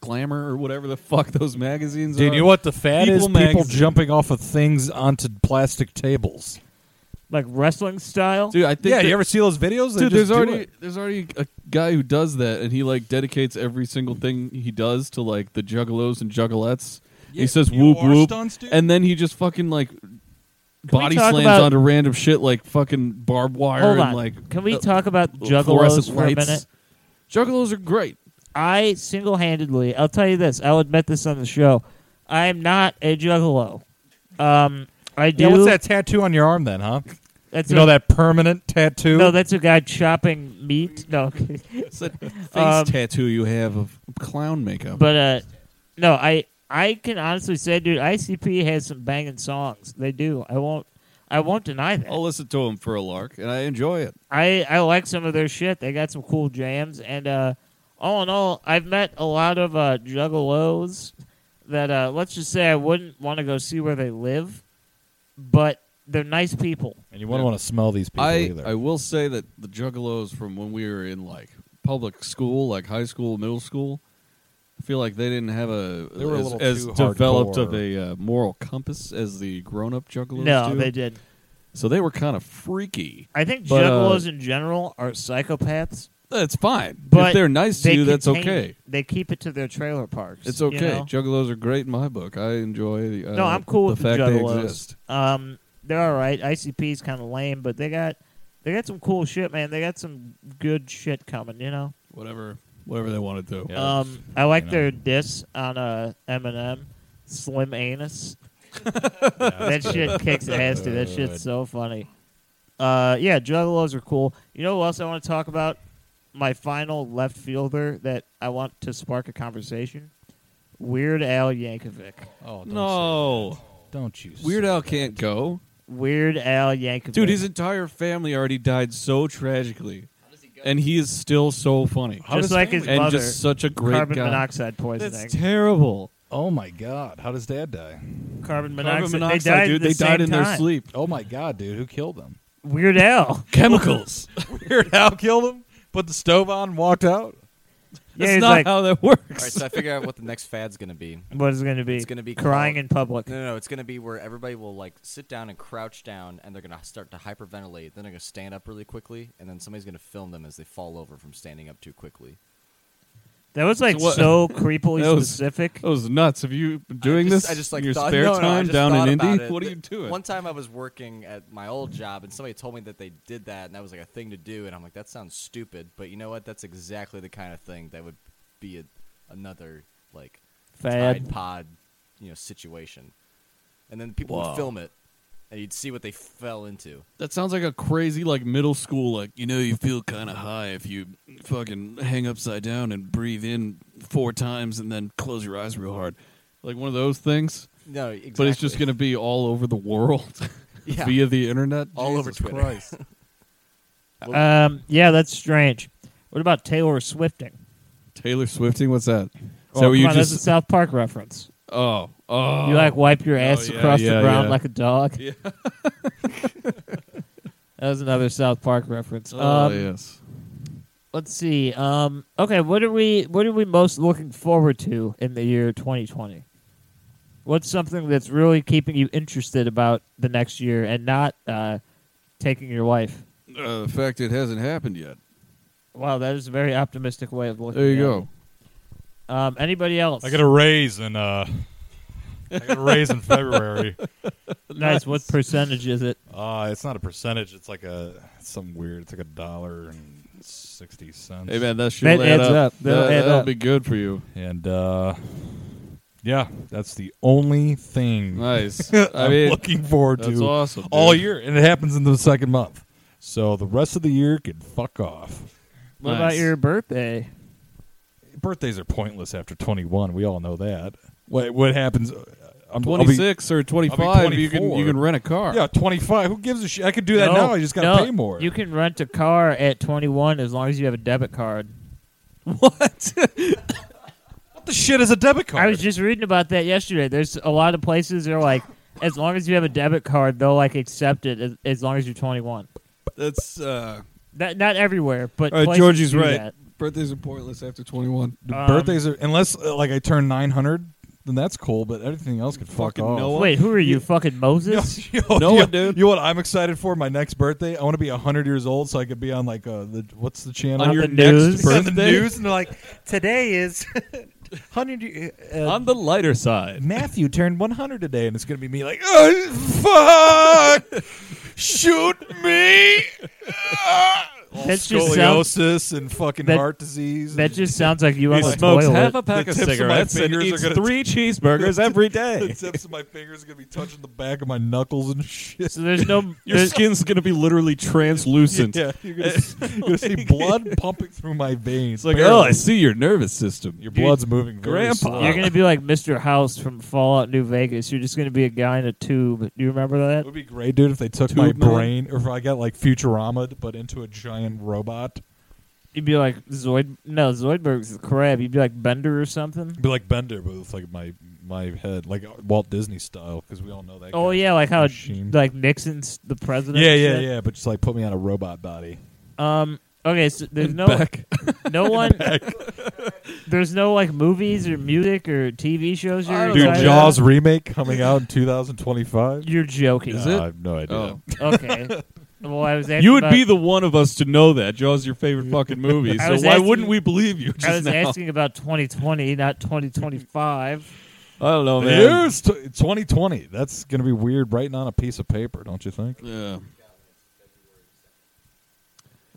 Glamour or whatever the fuck those magazines
Dude,
are?
you know what the fad
People
is? People
magazine.
jumping off of things onto plastic tables.
like wrestling style.
Dude, I think
Yeah,
that-
you ever see those videos? They
Dude,
just
there's
do
already
it.
there's already a guy who does that, and he like dedicates every single thing he does to like the juggalos and juggalettes.
Yeah,
he says
you
whoop
are
whoop,
stunts, dude.
and then he just fucking like body
talk
slams
about-
onto random shit like fucking barbed wire
Hold
and
on.
like
Can we
uh,
talk about
fluorescent
juggalos for a
lights.
minute?
Juggalos are great.
I single handedly, I'll tell you this. I'll admit this on the show. I am not a juggalo. Um, I do.
Yeah, what's that tattoo on your arm then, huh?
That's
you
a,
know that permanent tattoo?
No, that's a guy chopping meat. No,
It's that face
Um,
tattoo you have of clown makeup.
but uh, no, I I can honestly say, dude, ICP has some banging songs. They do. I won't. I won't deny that.
I'll listen to him for a lark, and I enjoy it.
I I like some of their shit. They got some cool jams, and uh, all in all, I've met a lot of uh, juggalos that uh, let's just say I wouldn't want to go see where they live, but they're nice people.
and you wouldn't want to smell these people
I
either.
I will say that the Juggalos from when we were in like public school, like high school, middle school, I feel like they didn't have a
They were a
as,
little
as
too
developed
hardcore.
of a uh, moral compass as the grown-up jugglers
No,
do.
they did.
So they were kind of freaky.
I think
But, uh,
juggalos in general are psychopaths.
That's fine.
But
if they're nice to
they
you, that's
contain-
okay.
They keep it to their trailer parks.
It's
you
okay.
know?
Juggalos are great in my book. I enjoy. The, uh,
no, I'm cool
the
with
fact
the
they
juggalos.
exist.
Um, they're all right. ICP's kind of lame, but they got they got some cool shit, man. They got some good shit coming, you know.
Whatever, whatever they want to do.
um, I like
you know.
their diss on uh, Eminem, Slim Anus. that shit kicks ass, dude. That shit's so funny. Uh, yeah, Juggalos are cool. You know who else I want to talk about? My final left fielder that I want to spark a conversation. Weird Al Yankovic.
Oh don't
No,
say that. don't you?
Weird
say
Al
that.
can't go.
Weird Al Yankovic.
Dude, his entire family already died so tragically, and he is still so funny
just like his
and
mother.
just such a great
carbon
guy.
monoxide poisoning.
That's terrible.
Oh my God! How does Dad die?
carbon monoxide.
Carbon monoxide,
they died,
dude.
at the
they died
same
in their
time.
sleep.
Oh my God, dude! Who killed him?
Weird Al.
Chemicals.
Weird Al killed him. Put the stove on, and walked out.
yeah,
That's
he's
not
like,
how that works.
All right, so I figure out what the next fad's gonna be.
what is it going to be?
It's gonna be
crying
called-
in public.
No, no, no, it's gonna be where everybody will like sit down and crouch down, and they're gonna start to hyperventilate. Then they're gonna stand up really quickly, and then somebody's gonna film them as they fall over from standing up too quickly.
That was like
So what-
so creepily
That was- Oh,
specific.
That was nuts. Have you been doing
I just,
this
I just like
in your
thought,
spare
no, no, I
time
just
down
thought
in
about
Indy?
it.
What are
The-
you doing?
One time I was working at my old job and somebody told me that they did that and that was like a thing to do and I'm like that sounds stupid, but you know what? That's exactly the kind of thing that would be a, another like
Fad.
Tide Pod, you know, situation. And then people would film it and you'd see what they fell into.
That sounds like a crazy, like middle school, like you know, you feel kind of high if you fucking hang upside down and breathe in four times and then close your eyes real hard, like one of those things.
No, exactly.
But it's just gonna be all over the world
Yeah.
via the internet,
all over Twitter.
Um, yeah, that's strange. What about Taylor Swifting?
Taylor Swifting, what's that? Is
Oh,
that what
come
you
on, that's Uh, a
just?
South Park reference.
Oh, oh,
you like wipe your ass
yeah,
across
yeah,
the ground
yeah.
like a dog.
Yeah.
That was another South Park reference.
Oh
um,
yes.
Let's see. Um, okay, what are we? What are we most looking forward to in the year 2020? What's something that's really keeping you interested about the next year and not uh, taking your wife?
Uh, the fact it hasn't happened yet.
Wow, that is a very optimistic way of looking.
There you
at
go.
it. Um, anybody else?
I got a raise in uh, I got a raise in February.
nice. What percentage is it?
Uh, it's not a percentage. It's like a it's some weird. It's like a dollar and sixty cents.
Hey man, that should
That
add
adds
up.
up. That'll
That,
add
that'll
up.
be good for you.
And uh, yeah, that's the only thing
Nice.
I'm
I mean,
looking forward
that's
to
awesome. dude.
all year, and it happens in the second month. So the rest of the year can fuck off.
What
Nice.
about your birthday?
Birthdays are pointless after 21. We all know that. What what happens? uh, I'm I'll be-
26 or 25 you can
24.
you can rent a car
yeah, 25. Who gives a shit? I could do that
no,
now. I just got to
no,
pay more.
You can rent a car at 21 as long as you have a debit card.
what the shit is a debit card?
I was just reading about that yesterday. There's a lot of places they're like, as long as you have a debit card, they'll like accept it as, as long as you're 21.
that's uh
Not, not everywhere, but
all right
places
georgie's
do
right
that.
birthdays are pointless after 21
The
Um,
birthdays are unless uh, like I turn 900, then that's cool. But everything else could fuck
Fucking
off.
Noah.
Wait, who are you, fucking Moses?
Yo,
Noah,
yo,
dude.
You know what I'm excited for? My next birthday. I want to be 100 years old so I could be on like uh, the what's the channel?
On
your
the
next
news?
It's on
birthday
the news, and they're like, today is 100. y- Uh,
on the lighter side
Matthew turned 100 today, and it's gonna be me like, oh, fuck, shoot me. All
That just sounds-
scoliosis and fucking
that-
heart disease.
That
and-
just sounds like you on
He
the
smokes
toilet.
half a pack The of tips of my cigarettes and fingers are eats gonna- three
cheeseburgers every
the tips of my fingers are gonna be touching the back of my knuckles and shit.
so there's no.
your
there's-
skin's gonna be literally translucent
Yeah, you're gonna, s- you're gonna see blood pumping through my veins.
it's like
barely.
oh i see your nervous system
Your blood's moving. Very
Grandpa.
slow.
You're gonna be like Mr. House from Fallout New Vegas. You're just gonna be a guy in a tube. Do you remember
It
that?
would be great, dude, if they took my
Tube man.
brain, or if I got like Futurama, but into a giant robot.
You'd be like Zoid. No, Zoidberg's the crab. You'd be like Bender or something.
It'd be like Bender, but with like my my head, like uh, Walt Disney style, because we all know that.
Oh
guy.
yeah, like how
Machine.
like Nixon's the president.
yeah,
and
yeah,
shit.
yeah. But just like put me on a robot body.
Um, Okay, so there's no
Beck.
no one. There's no like movies or music or TV shows. You're
Dude,
excited
Jaws
about?
remake coming out in 2025.
You're joking.
Is
No,
it?
I have no idea.
Oh.
Okay. well, I was.
You would
asking
be
about-
the one of us to know that Jaws your favorite fucking movie.
I
So
was
why
asking-
wouldn't we believe you? Just
I was
now?
asking about 2020, not 2025.
I don't know,
It
man.
is t- 2020. That's going to be weird writing on a piece of paper, don't you think?
Yeah.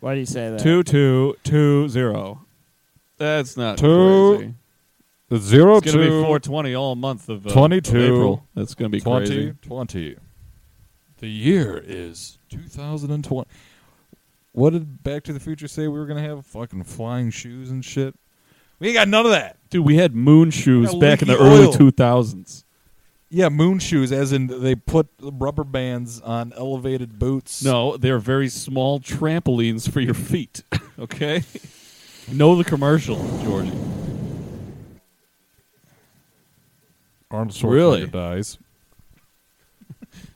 Why do you say that?
Two two two zero. That's not
Two-
Crazy.
The zero
It's gonna be
two
420 all month of uh,
22,
of April. That's gonna be
20,
crazy.
20. The year is 2020. What did Back to the Future say we were going to have? Fucking flying shoes and shit. We ain't got none of that.
Dude, we had moon shoes
Got
back in the
leaky
early
oil.
2000s.
Yeah, moon shoes, as in they put rubber bands on elevated boots.
No, they're very small trampolines for your feet. Okay, know the commercial, Georgie.
Arnold Schwarzenegger
Really?
dies.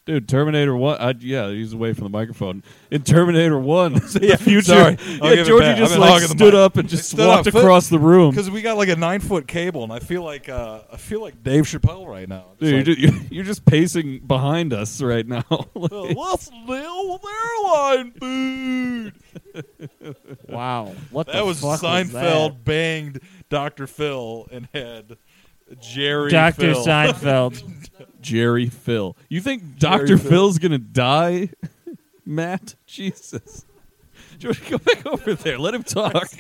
Dude, Terminator One. I, yeah, he's away from the microphone. In Terminator One, yeah, future.
sorry. I'll
Yeah,
give it
Georgie
back.
just
I've been
like
hogging the
stood
mic.
up and just
stood
walked
up.
across the room.
Because we got like a nine foot cable, and I feel like uh, I feel like Dave Chappelle right now. Just
Dude,
like,
you're, just, you're just pacing behind us right now.
Uh, let's deal with airline food.
Wow. What
That
the
was
fuck
Seinfeld banged Dr. Phil and had Jerry.
Doctor
Phil.
Seinfeld.
Jerry Phil. You think
Jerry
Dr.
Phil.
Phil's going to die, Matt? Jesus. George, go back over there. Let him talk.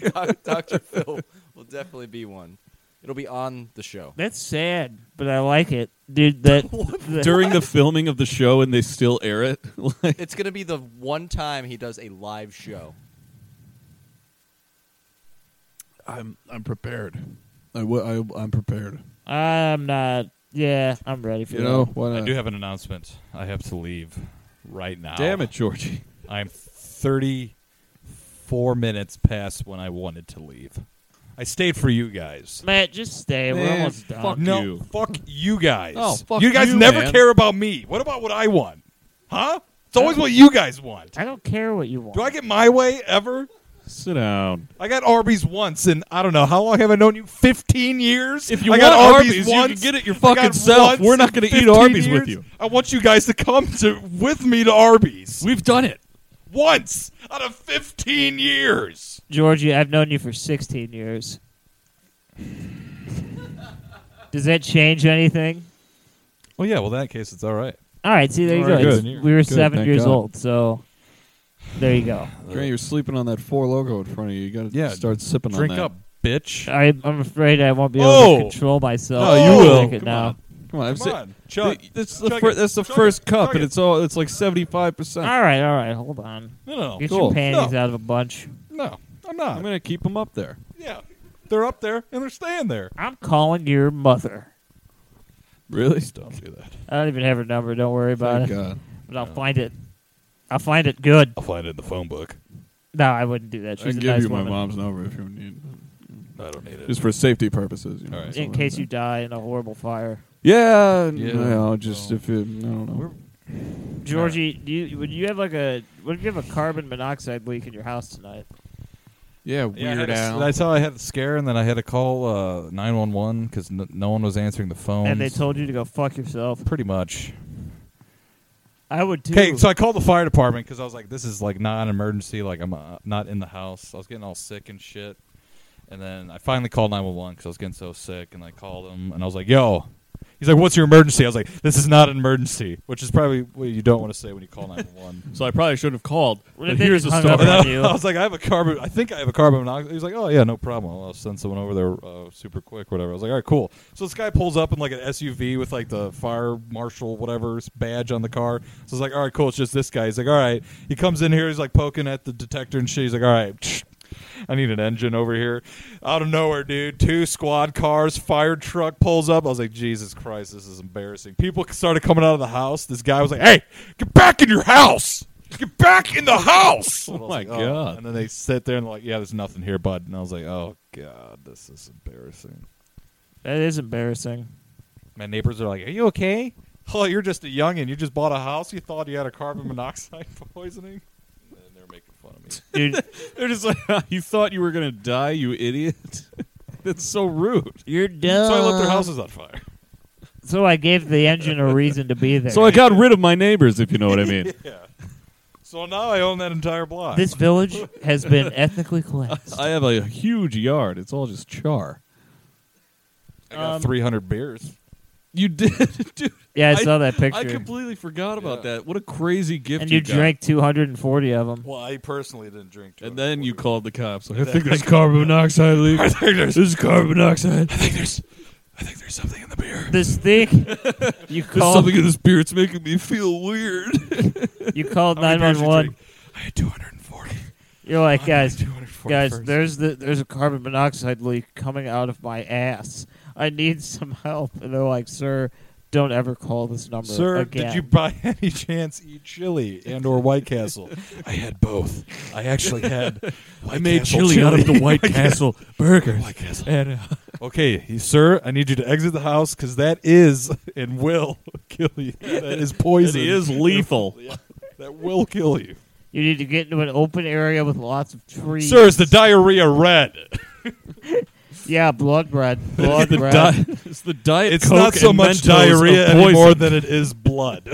Dr. Phil will definitely be one. It'll be on the show.
That's sad, but I like it, dude. That that-
During the filming of the show and they still air it. Like,
It's going to be the one time he does a live show.
I'm, I'm prepared. I w- I, I'm prepared.
I'm not. Yeah, I'm ready for
You
that.
know, why
I
not?
do have an announcement. I have to leave right now.
Damn it, Georgie.
I'm 34 minutes past when I wanted to leave. I stayed for you guys.
Matt, just stay. We're
Man,
almost done.
fuck
no,
you.
fuck you guys.
Oh, fuck
you guys
you,
never
man.
care about me. What about what I want? Huh? It's always what you guys want.
I don't care what you want.
Do I get my way ever?
Sit down.
I got Arby's once, and I don't know how long have I known you? Fifteen years.
If you
I
want
got Arby's,
Arby's, you
once.
can get it your
I got
fucking self.
once
We're not
in
gonna eat
15
Arby's with you.
years. I want you guys to come to with me to Arby's
We've done it.
once out of fifteen years.
Georgie, I've known you for 16 years. Does that change anything?
Well, yeah. Well, in that case, it's all right.
All right, see, there you
All right,
go.
good.
It's- We were
Good,
seven
thank
years
God.
old, so there you go.
Grant, you're sleeping on that four logo in front of you. You got to
Yeah,
start sipping
Drink
on that.
up, bitch.
I, I'm afraid I won't be able
Oh.
to control myself.
No, you
I'll
will.
drink it
Come
now.
on. Come on, I've
Come
said-
on, chug.
Th- That's the,
Chug
fir-
it.
that's the
Chug
first
it.
cup,
Chug
and
it.
it's all it's like seventy five percent.
All right, all right, hold on.
No, no, no,
Get
Oh, Cool.
your panties
No.
out of a bunch.
no. I'm not.
I'm gonna keep them up there.
yeah, they're up there and they're staying there.
I'm calling your mother.
Really? Don't do that.
I don't even have her number. Don't worry about
Thank
it.
God.
But I'll find it. I'll find it good.
I'll find it in the phone book.
No, I wouldn't do that.
I
She's
can
a
give
nice
you my
woman.
mom's number if you need,
I don't need it.
just for safety purposes. You know,
All right.
something
In
like
case
that.
you die in a horrible fire.
Yeah.
Yeah.
No, just if it, I don't know.
Georgie, do you would you have like a would you have a carbon monoxide leak in your house tonight?
yeah. Weird
Yeah, I had a-
Al.
That's how I had the scare, and then I had to call uh, nine one one because no one was answering the phone.
And they told you to go fuck yourself.
pretty much.
I would too.
Okay, so I called the fire department because I was like, "This is like non-emergency. Like I'm uh, not in the house. I was getting all sick and shit." And then I finally called 911 because I was getting so sick, and I called him, and I was like, "Yo," he's like, "What's your emergency?" I was like, "This is not an emergency," which is probably what you don't want to say when you call 911.
so I probably shouldn't have called.
What
but
if they
here's
just
a
hung up
story.
and
on
I,
you?
I was like, "I have a carbon. I think I have a carbon monoxide." He's like, "Oh yeah, no problem. I'll send someone over there uh, super quick, whatever." I was like, "All right, cool." So this guy pulls up in like an SUV with like the fire marshal whatever's badge on the car. So it's like, "All right, cool. It's just this guy." He's like, "All right." He comes in here. He's like poking at the detector and shit. He's like, "All right." I need an engine over here. Out of nowhere, dude. Two squad cars, fire truck pulls up. I was like, Jesus Christ, this is embarrassing. People started coming out of the house. This guy was like, hey, get back in your house. Get back in the house. And I was
my
like, "Oh."
God.
And then they sit there and like, yeah, there's nothing here, bud. And I was like, oh, God, this is embarrassing.
that is embarrassing.
My neighbors are like, are you okay? Oh, you're just a youngin'. You just bought a house. You thought you had a carbon monoxide poisoning. And they're making fun of me.
dude.
They're just like, you thought you were gonna die, you idiot. That's so rude.
You're dumb.
so I lit their houses on fire.
So I gave the engine a reason to be there.
So I got rid of my neighbors, if you know what I mean.
So now I own that entire block.
this village has been ethnically cleansed.
I have a huge yard. It's all just char.
I
Um,
got 300 beers.
You did, dude.
yeah, I, saw that picture.
I completely forgot about that. What a crazy gift!
and you
got.
drank 240 of them.
Well, I personally didn't drink.
and then you called the cops. Like, I think there's carbon monoxide leak. I think there's this is carbon monoxide.
I think there's, I think there's something in the beer.
This thing you
There's
called
something in this beer. It's making me feel weird.
you called
How many beers you
911.
drink? I had 240.
You're like, guys,
240
guys,
first.
there's the there's a carbon monoxide leak coming out of my ass. I need some help. And they're like, sir, don't ever call this number
Sir,
again.
did you by any chance eat chili and or White Castle? I had both. I actually had. White Castle
White Castle burger.
White Castle. uh, okay, you- sir, I need you to exit the house because that is and will kill you. That is poison.
It is lethal.
That will kill you.
You need to get into an open area with lots of trees.
Sir, is the diarrhea red?
Yeah, blood bread. Blood
the
bread.
di- it's the diet.
It's
Coke
not so
and
much
Mentos of
diarrhea
poison.
anymore than it is blood.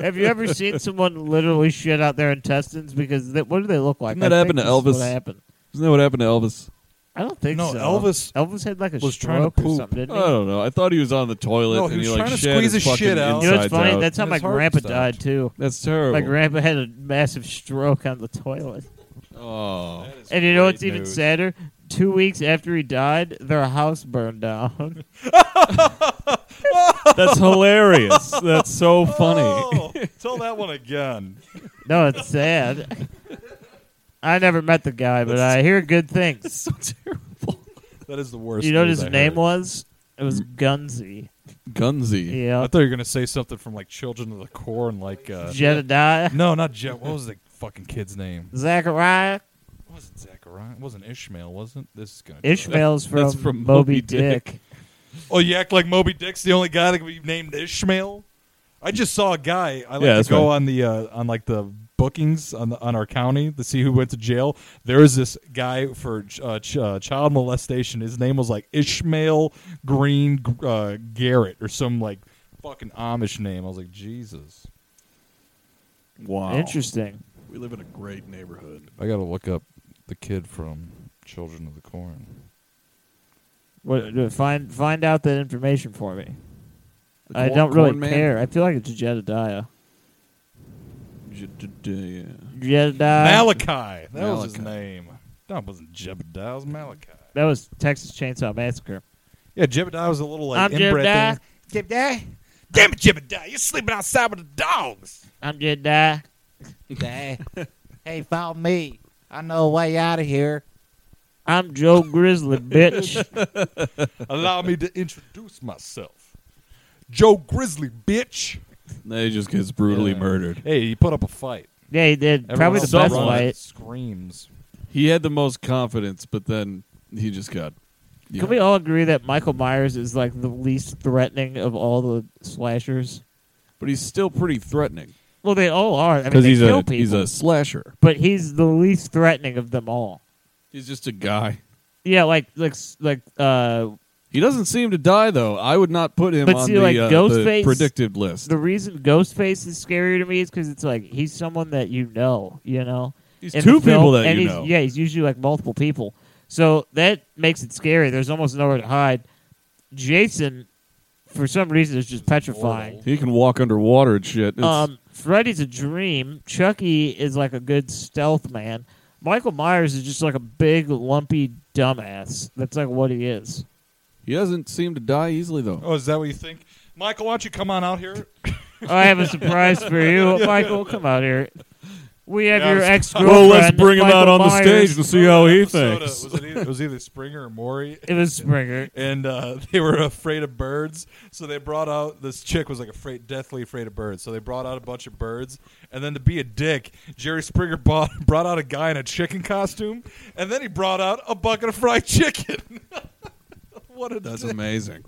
Have you ever seen someone literally shit out their intestines? Because they, what do they look like?
Didn't that
I
happen
think
to
this is
Elvis?
What happened?
Isn't that what happened to Elvis?
I don't think
No,
so.
Elvis
Elvis had like a
was trying to
stroke or
poop. Uh,
something, didn't
I
he?
don't know. I thought he was on the toilet
No, he
and he,
was
like
trying to
shed
squeeze his
fucking
shit out.
you know what's
insides
funny?
out.
That's how
And
my
his heart
grandpa
stopped.
died too.
That's terrible.
My grandpa had a massive stroke on the toilet.
oh,
And you know what's
great
even
news.
sadder? Two weeks after he died, their house burned down.
that's hilarious. That's so funny.
Oh, tell that one again.
no, it's sad. I never met the guy, but I hear good things.
so terrible.
That is the worst.
You know what
news
his
I
name
heard.
was? It was Gunzy.
Gunzy.
Yeah.
I thought you were gonna say something from like Children of the Core and like. Uh,
Jedediah.
no, not Jet. What was the fucking kid's name?
Zachariah.
It wasn't Zachariah. It wasn't Ishmael. Wasn't this is gonna?
Ishmael's from,
That's from
Moby,
Moby
Dick.
Dick.
Oh, you act like Moby Dick's the only guy that can be named Ishmael. I just saw a guy. I like
Yeah,
to
that's
go
right.
on the uh, on like the bookings on the, on our county to see who went to jail. There was this guy for uh, ch- uh, child molestation. His name was like Ishmael Green uh, Garrett or some like fucking Amish name. I was like, Jesus.
Wow.
Interesting.
We live in a great neighborhood.
I gotta look up the kid from Children of the Corn.
What, uh, find find out that information for me.
The
I
corn-
don't really
corn man?
care. I feel like it's Jedediah.
J- d- d- yeah.
Jedediah.
Malachi. That was his
Malachi.
name. That wasn't Jebediah. It was Malachi.
That was Texas Chainsaw Massacre.
Yeah, Jebediah was a little like
I'm
inbred thing. Jebediah. Damn it, Jebediah! You're sleeping outside with the dogs.
I'm Jedediah.
Hey, follow me. I know a way out of here.
I'm Joe Grizzly, bitch.
Allow me to introduce myself, Joe Grizzly, bitch.
Then he just gets brutally
Yeah.
murdered.
Hey, he put up a fight.
yeah, he did. Probably
Everyone
the
else
best
runs,
fight.
Screams.
He had the most confidence, but then he just got. you
Can
know.
we all agree that Michael Myers is like the least threatening of all the slashers?
But he's still pretty threatening
Well, they all are. I mean,
because
they
he's
kill
a
people.
he's a slasher.
but he's the least threatening of them all.
He's just a guy.
Yeah, like like like uh
He doesn't seem to die though. I would not put him
But
on
see,
the,
like,
uh, the
Ghostface-
predicted list.
the reason Ghostface is scarier to me is because it's like he's someone that you know, you know.
He's
In
two
the film,
people that
and
you
he's-
know.
Yeah, he's usually like multiple people, so that makes it scary. There's almost nowhere to hide. Jason, for some reason, is just petrifying.
He can walk underwater and shit. It's-
Um, Freddy's a dream. Chucky is like a good stealth man. Michael Myers is just like a big lumpy dumbass. That's like what he is.
he doesn't seem to die easily though.
Oh, is that what you think, Michael? Why don't you come on out here?
I have a surprise for you, Michael. Come out here. We have
Yeah,
your
I was-
ex Oh, girlfriend.
Well, let's bring him out on the stage and see how he
Episode, uh,
thinks.
Was it, either, it was either Springer or Maury.
It was Springer.
and uh, they were afraid of birds, so they brought out this chick was like afraid, deathly afraid of birds. So they brought out a bunch of birds, and then to be a dick, Jerry Springer bought, brought out a guy in a chicken costume, and then he brought out a bucket of fried chicken. what a
That's
dick.
amazing.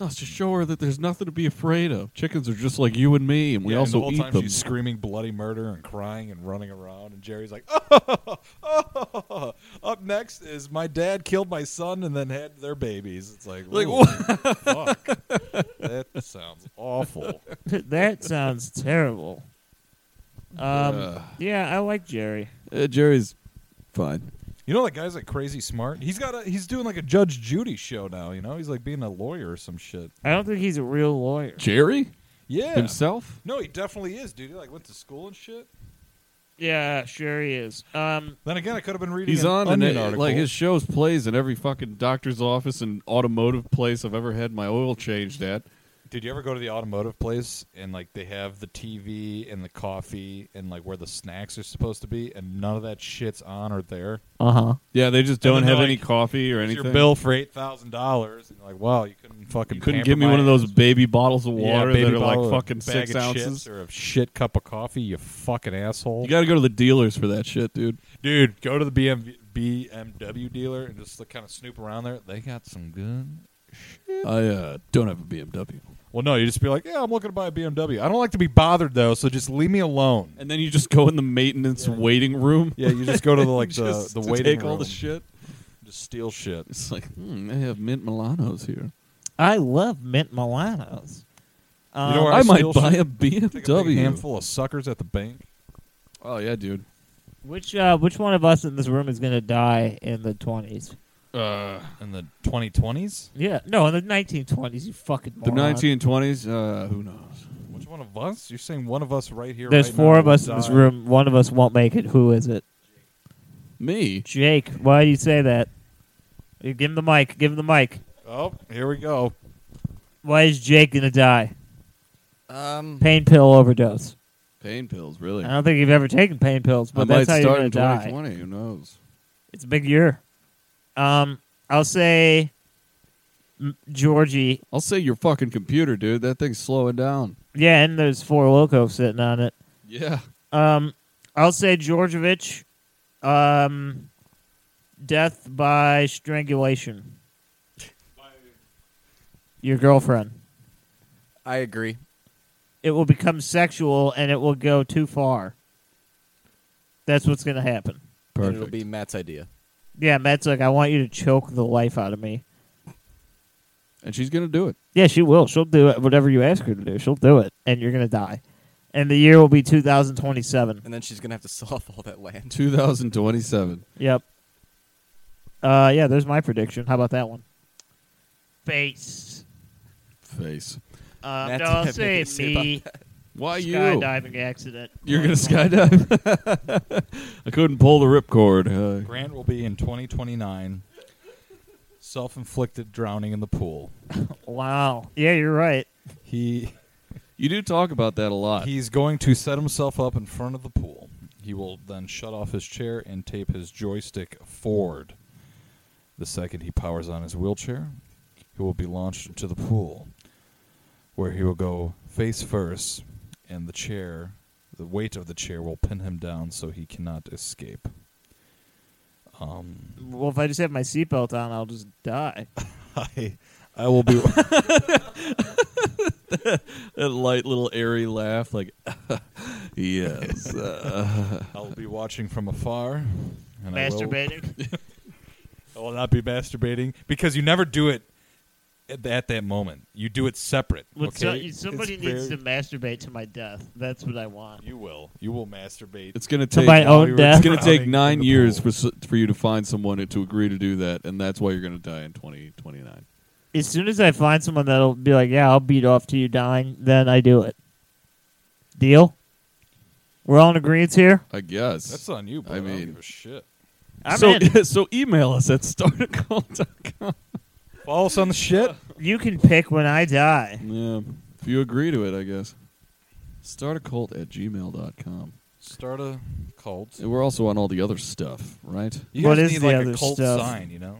No, it's to show her that there's nothing to be afraid of. Chickens are just like you and me, and we
Yeah, and
also
the whole
eat
time
them.
she's screaming bloody murder and crying and running around, and Jerry's like, "Oh, up next is my dad killed my son and then had their babies. It's like,
Like,
ooh, fuck, that sounds awful.
that sounds terrible. Um, yeah, I like Jerry.
Uh, Jerry's fine.
You know that guy's like crazy smart. He's got a he's doing like a Judge Judy show now. You know, he's like being a lawyer or some shit.
I don't think he's a real lawyer.
Jerry
Yeah,
himself?
no, he definitely is, dude. He like went to school and shit.
Yeah, sure he is. Um,
Then again, I could have been reading.
He's
an
on
Onion
and uh,
article.
like his shows plays in every fucking doctor's office and automotive place I've ever had my oil changed at.
Did you ever go to the automotive place and like they have the TV and the coffee and like where the snacks are supposed to be and none of that shit's on or there?
uh huh.
Yeah, they just
And
don't
then
have
they're
any
like,
coffee or
Here's
anything.
your bill for eight thousand dollars and you're like, wow, you couldn't fucking
You couldn't
pamper
give me
my
one of
ass
those baby bottles of
with-
water
yeah, baby
that are like
bottle of
fucking
bag
six
of chips
ounces.
or a shit cup of coffee. You fucking asshole,
You got to go to the dealers for that shit, dude.
dude. Go to the BM- BMW dealer and just like, kind of snoop around there. They got some good.
I uh, don't have a BMW.
Well, no, you just be like, yeah, I'm looking to buy a BMW. I don't like to be bothered though, so just leave me alone.
And then you just go in the maintenance waiting room.
Yeah, you just go to the, like the
Just
the
to
waiting
take
room.
all the shit.
Just steal shit.
It's like, hmm, they have mint Milanos here.
I love mint Milanos. Um,
You know where
I might
steal
buy
shit?
a
Take a big
BMW.
handful of suckers at the bank.
oh yeah, dude.
which uh, which one of us in this room is gonna die in the twenties?
Uh,
In the 2020s?
Yeah, no, in the nineteen twenties. You fucking
the
moron.
1920s. Uh, who knows?
Which one of us? You're saying one of us right here.
There's
right
four
now
of us in this
die.
room. One of us won't make it. Who is it?
Me.
Jake. Why do you say that? You Give him the mic. Give him the mic.
Oh, here we go.
Why is Jake gonna die?
Um,
Pain pill overdose.
Pain pills, really.
I don't think you've ever taken pain pills, Uh, but
I might
that's how you're
start
gonna
in
die.
2020. Who knows?
It's a big year. Um, I'll say M- Georgie.
I'll say your fucking computer, dude. That thing's slowing down.
Yeah, and there's four loco sitting on it.
Yeah.
Um, I'll say Georgievich. Um, death by strangulation. Your girlfriend.
I agree.
It will become sexual and it will go too far. That's what's going to happen.
And it'll be Matt's idea.
Yeah, Matt's like, I want you to choke the life out of me.
And she's gonna do it.
Yeah, she will. She'll do it, whatever you ask her to do. She'll do it, and you're gonna die. And the year will be 2027.
And then she's gonna have to sell off all that land.
2027.
Yep. Uh, yeah. There's my prediction. How about that one? Face.
Face.
Uh,
Matt,
no,
do you
I'll
have
say
anything to say about
me.
Why you?
Skydiving accident.
You're gonna skydive. I couldn't pull the ripcord. Uh,
Grant will be in 2029. Self inflicted drowning in the pool.
Wow. Yeah, you're right.
He
you do talk about that a lot.
He's going to set himself up in front of the pool. He will then shut off his chair and tape his joystick forward. The second he powers on his wheelchair, he will be launched into the pool, where he will go face first, and the chair, the weight of the chair, will pin him down so he cannot escape. Um,
Well, if I just have my seatbelt on, I'll just die.
I, I will be.
that light little airy laugh, like "Ah." yes. Uh,
I will be watching from afar. And I will-
Masturbating.
I will not be masturbating because you never do it at, at that moment. You do it separate.
Well, so-
okay?
somebody
It's
needs
very-
to masturbate to my death. That's what I want.
You will. You will masturbate.
it's gonna
To
take.
my own
we were-
death.
it's gonna
drowning
take
in
nine
the
years for
pool.
s- for you to find someone to agree to do that, and that's why you're gonna die in 2029.
as soon as I find someone that'll be like, "Yeah, I'll beat off to you dying," then I do it. Deal. We're all in agreement here.
I guess.
That's on you, bro.
I
I, mean,
mean-
don't give a shit.
I'm
so
in.
so email us at startacall.com.
Follow us on the shit.
You can pick when I die.
Yeah, if you agree to it, I guess. Start a cult at gmail.com.
Start a cult.
And we're also on all the other stuff, right?
You
What
guys
is
need
the
like
other
a cult
stuff?
sign, you know?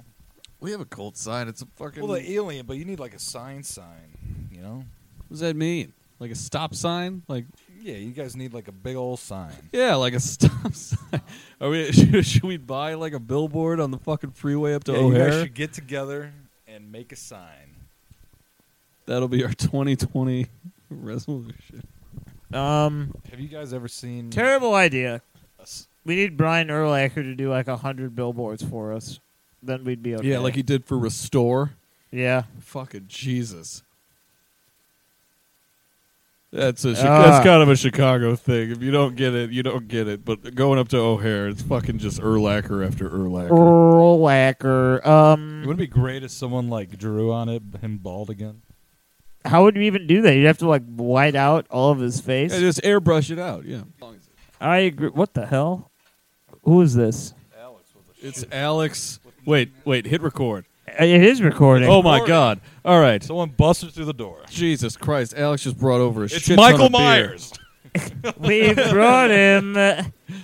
We have a cult sign. It's a fucking.
Well, the alien, but you need like a sign sign, you know?
What does that mean? Like a stop sign? Like
Yeah, you guys need like a big old sign.
yeah, like a stop sign. Are we? Should, should we buy like a billboard on the fucking freeway up to
yeah, you guys
O'Hare?
should get together and make a sign.
That'll be our 2020 resolution.
Um,
Have you guys ever seen?
terrible idea. We need Brian Erlacher to do like hundred billboards for us. Then we'd be okay.
Yeah, like he did for Restore.
yeah.
Fucking Jesus. That's a Chi-
Ah.
that's kind of a Chicago thing. If you don't get it, you don't get it. But going up to O'Hare, it's fucking just Erlacher after Erlacher.
Erlacher. Um,
It would be great if someone like drew on it him bald again.
How would you even do that? You'd have to like white out all of his face.
Yeah, just airbrush it out. Yeah,
I agree. What the hell? Who is this?
it's Alex. Wait, wait, hit record.
Uh, It is recording.
Oh my God! All right,
Someone busted through the door.
Jesus Christ! Alex just brought over a
It's
shit ton
Michael
of beer.
Myers.
we brought him.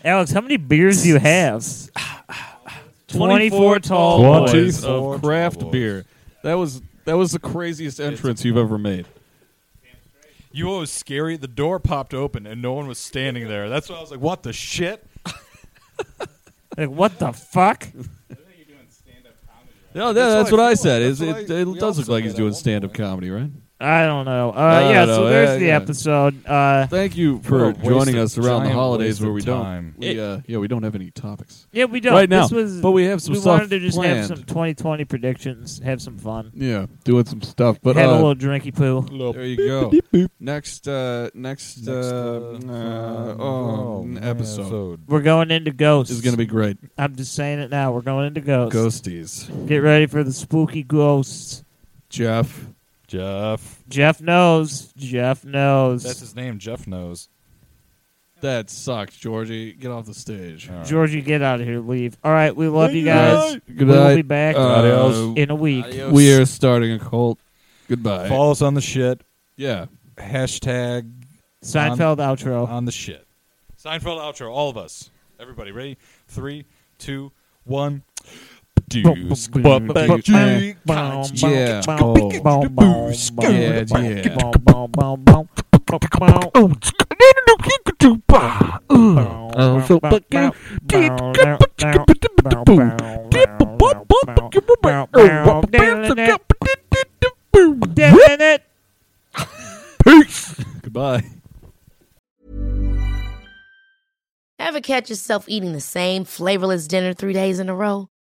Alex, how many beers do you have? 24 tall
tall
boys.
boys of craft beer. That was that was the craziest entrance you've ever made.
You know what was scary? The door popped open and no one was standing there. That's why I was like, "What the shit?"
Like, what the fuck?
No,
That's
that's,
that's how I
what
what I
I
feel.
said.
said.
It,
That's It's- what I- it- it we all
does
does look
look
said like
like
he's
he's
that doing
doing
at one stand-up
stand-up comedy,
point.
right?
I don't know.
I
Uh,
don't
yeah,
know.
so there's
Yeah,
the
yeah.
episode. Uh,
Thank you for
What a waste
joining
of
us around the
giant
holidays
waste
where
of
we
time.
don't. We, uh, yeah, we don't have any topics.
yeah, we don't.
Right now,
This was,
but we have some
we
stuff
wanted to just have
planned.
some 2020 predictions, have some fun,
Yeah, doing some stuff. But
have a
uh,
little drinky poo.
there you go. Next, uh, next, uh, uh, oh, n- episode
We're going into ghosts.
is going to be great.
I'm just saying it now. We're going into ghosts.
Ghosties,
Get ready for the spooky ghosts.
Jeff.
Jeff.
Jeff knows. Jeff knows.
That's his name. Jeff knows.
That sucks, Georgie. Get off the stage.
All right.
Georgie, get out of here. Leave. All right, we love you guys.
Good
We'll
night.
be back
Adios.
in a week.
We are starting a cult. Goodbye.
Follow us on the shit.
Yeah.
Hashtag
Seinfeld outro.
on the shit. Seinfeld outro. All of us. Everybody ready? Three, two, one. Deuce.
Yeah. Yeah. Yeah,
it.
Goodbye.
Ever catch yourself eating the same flavorless dinner three days in a row?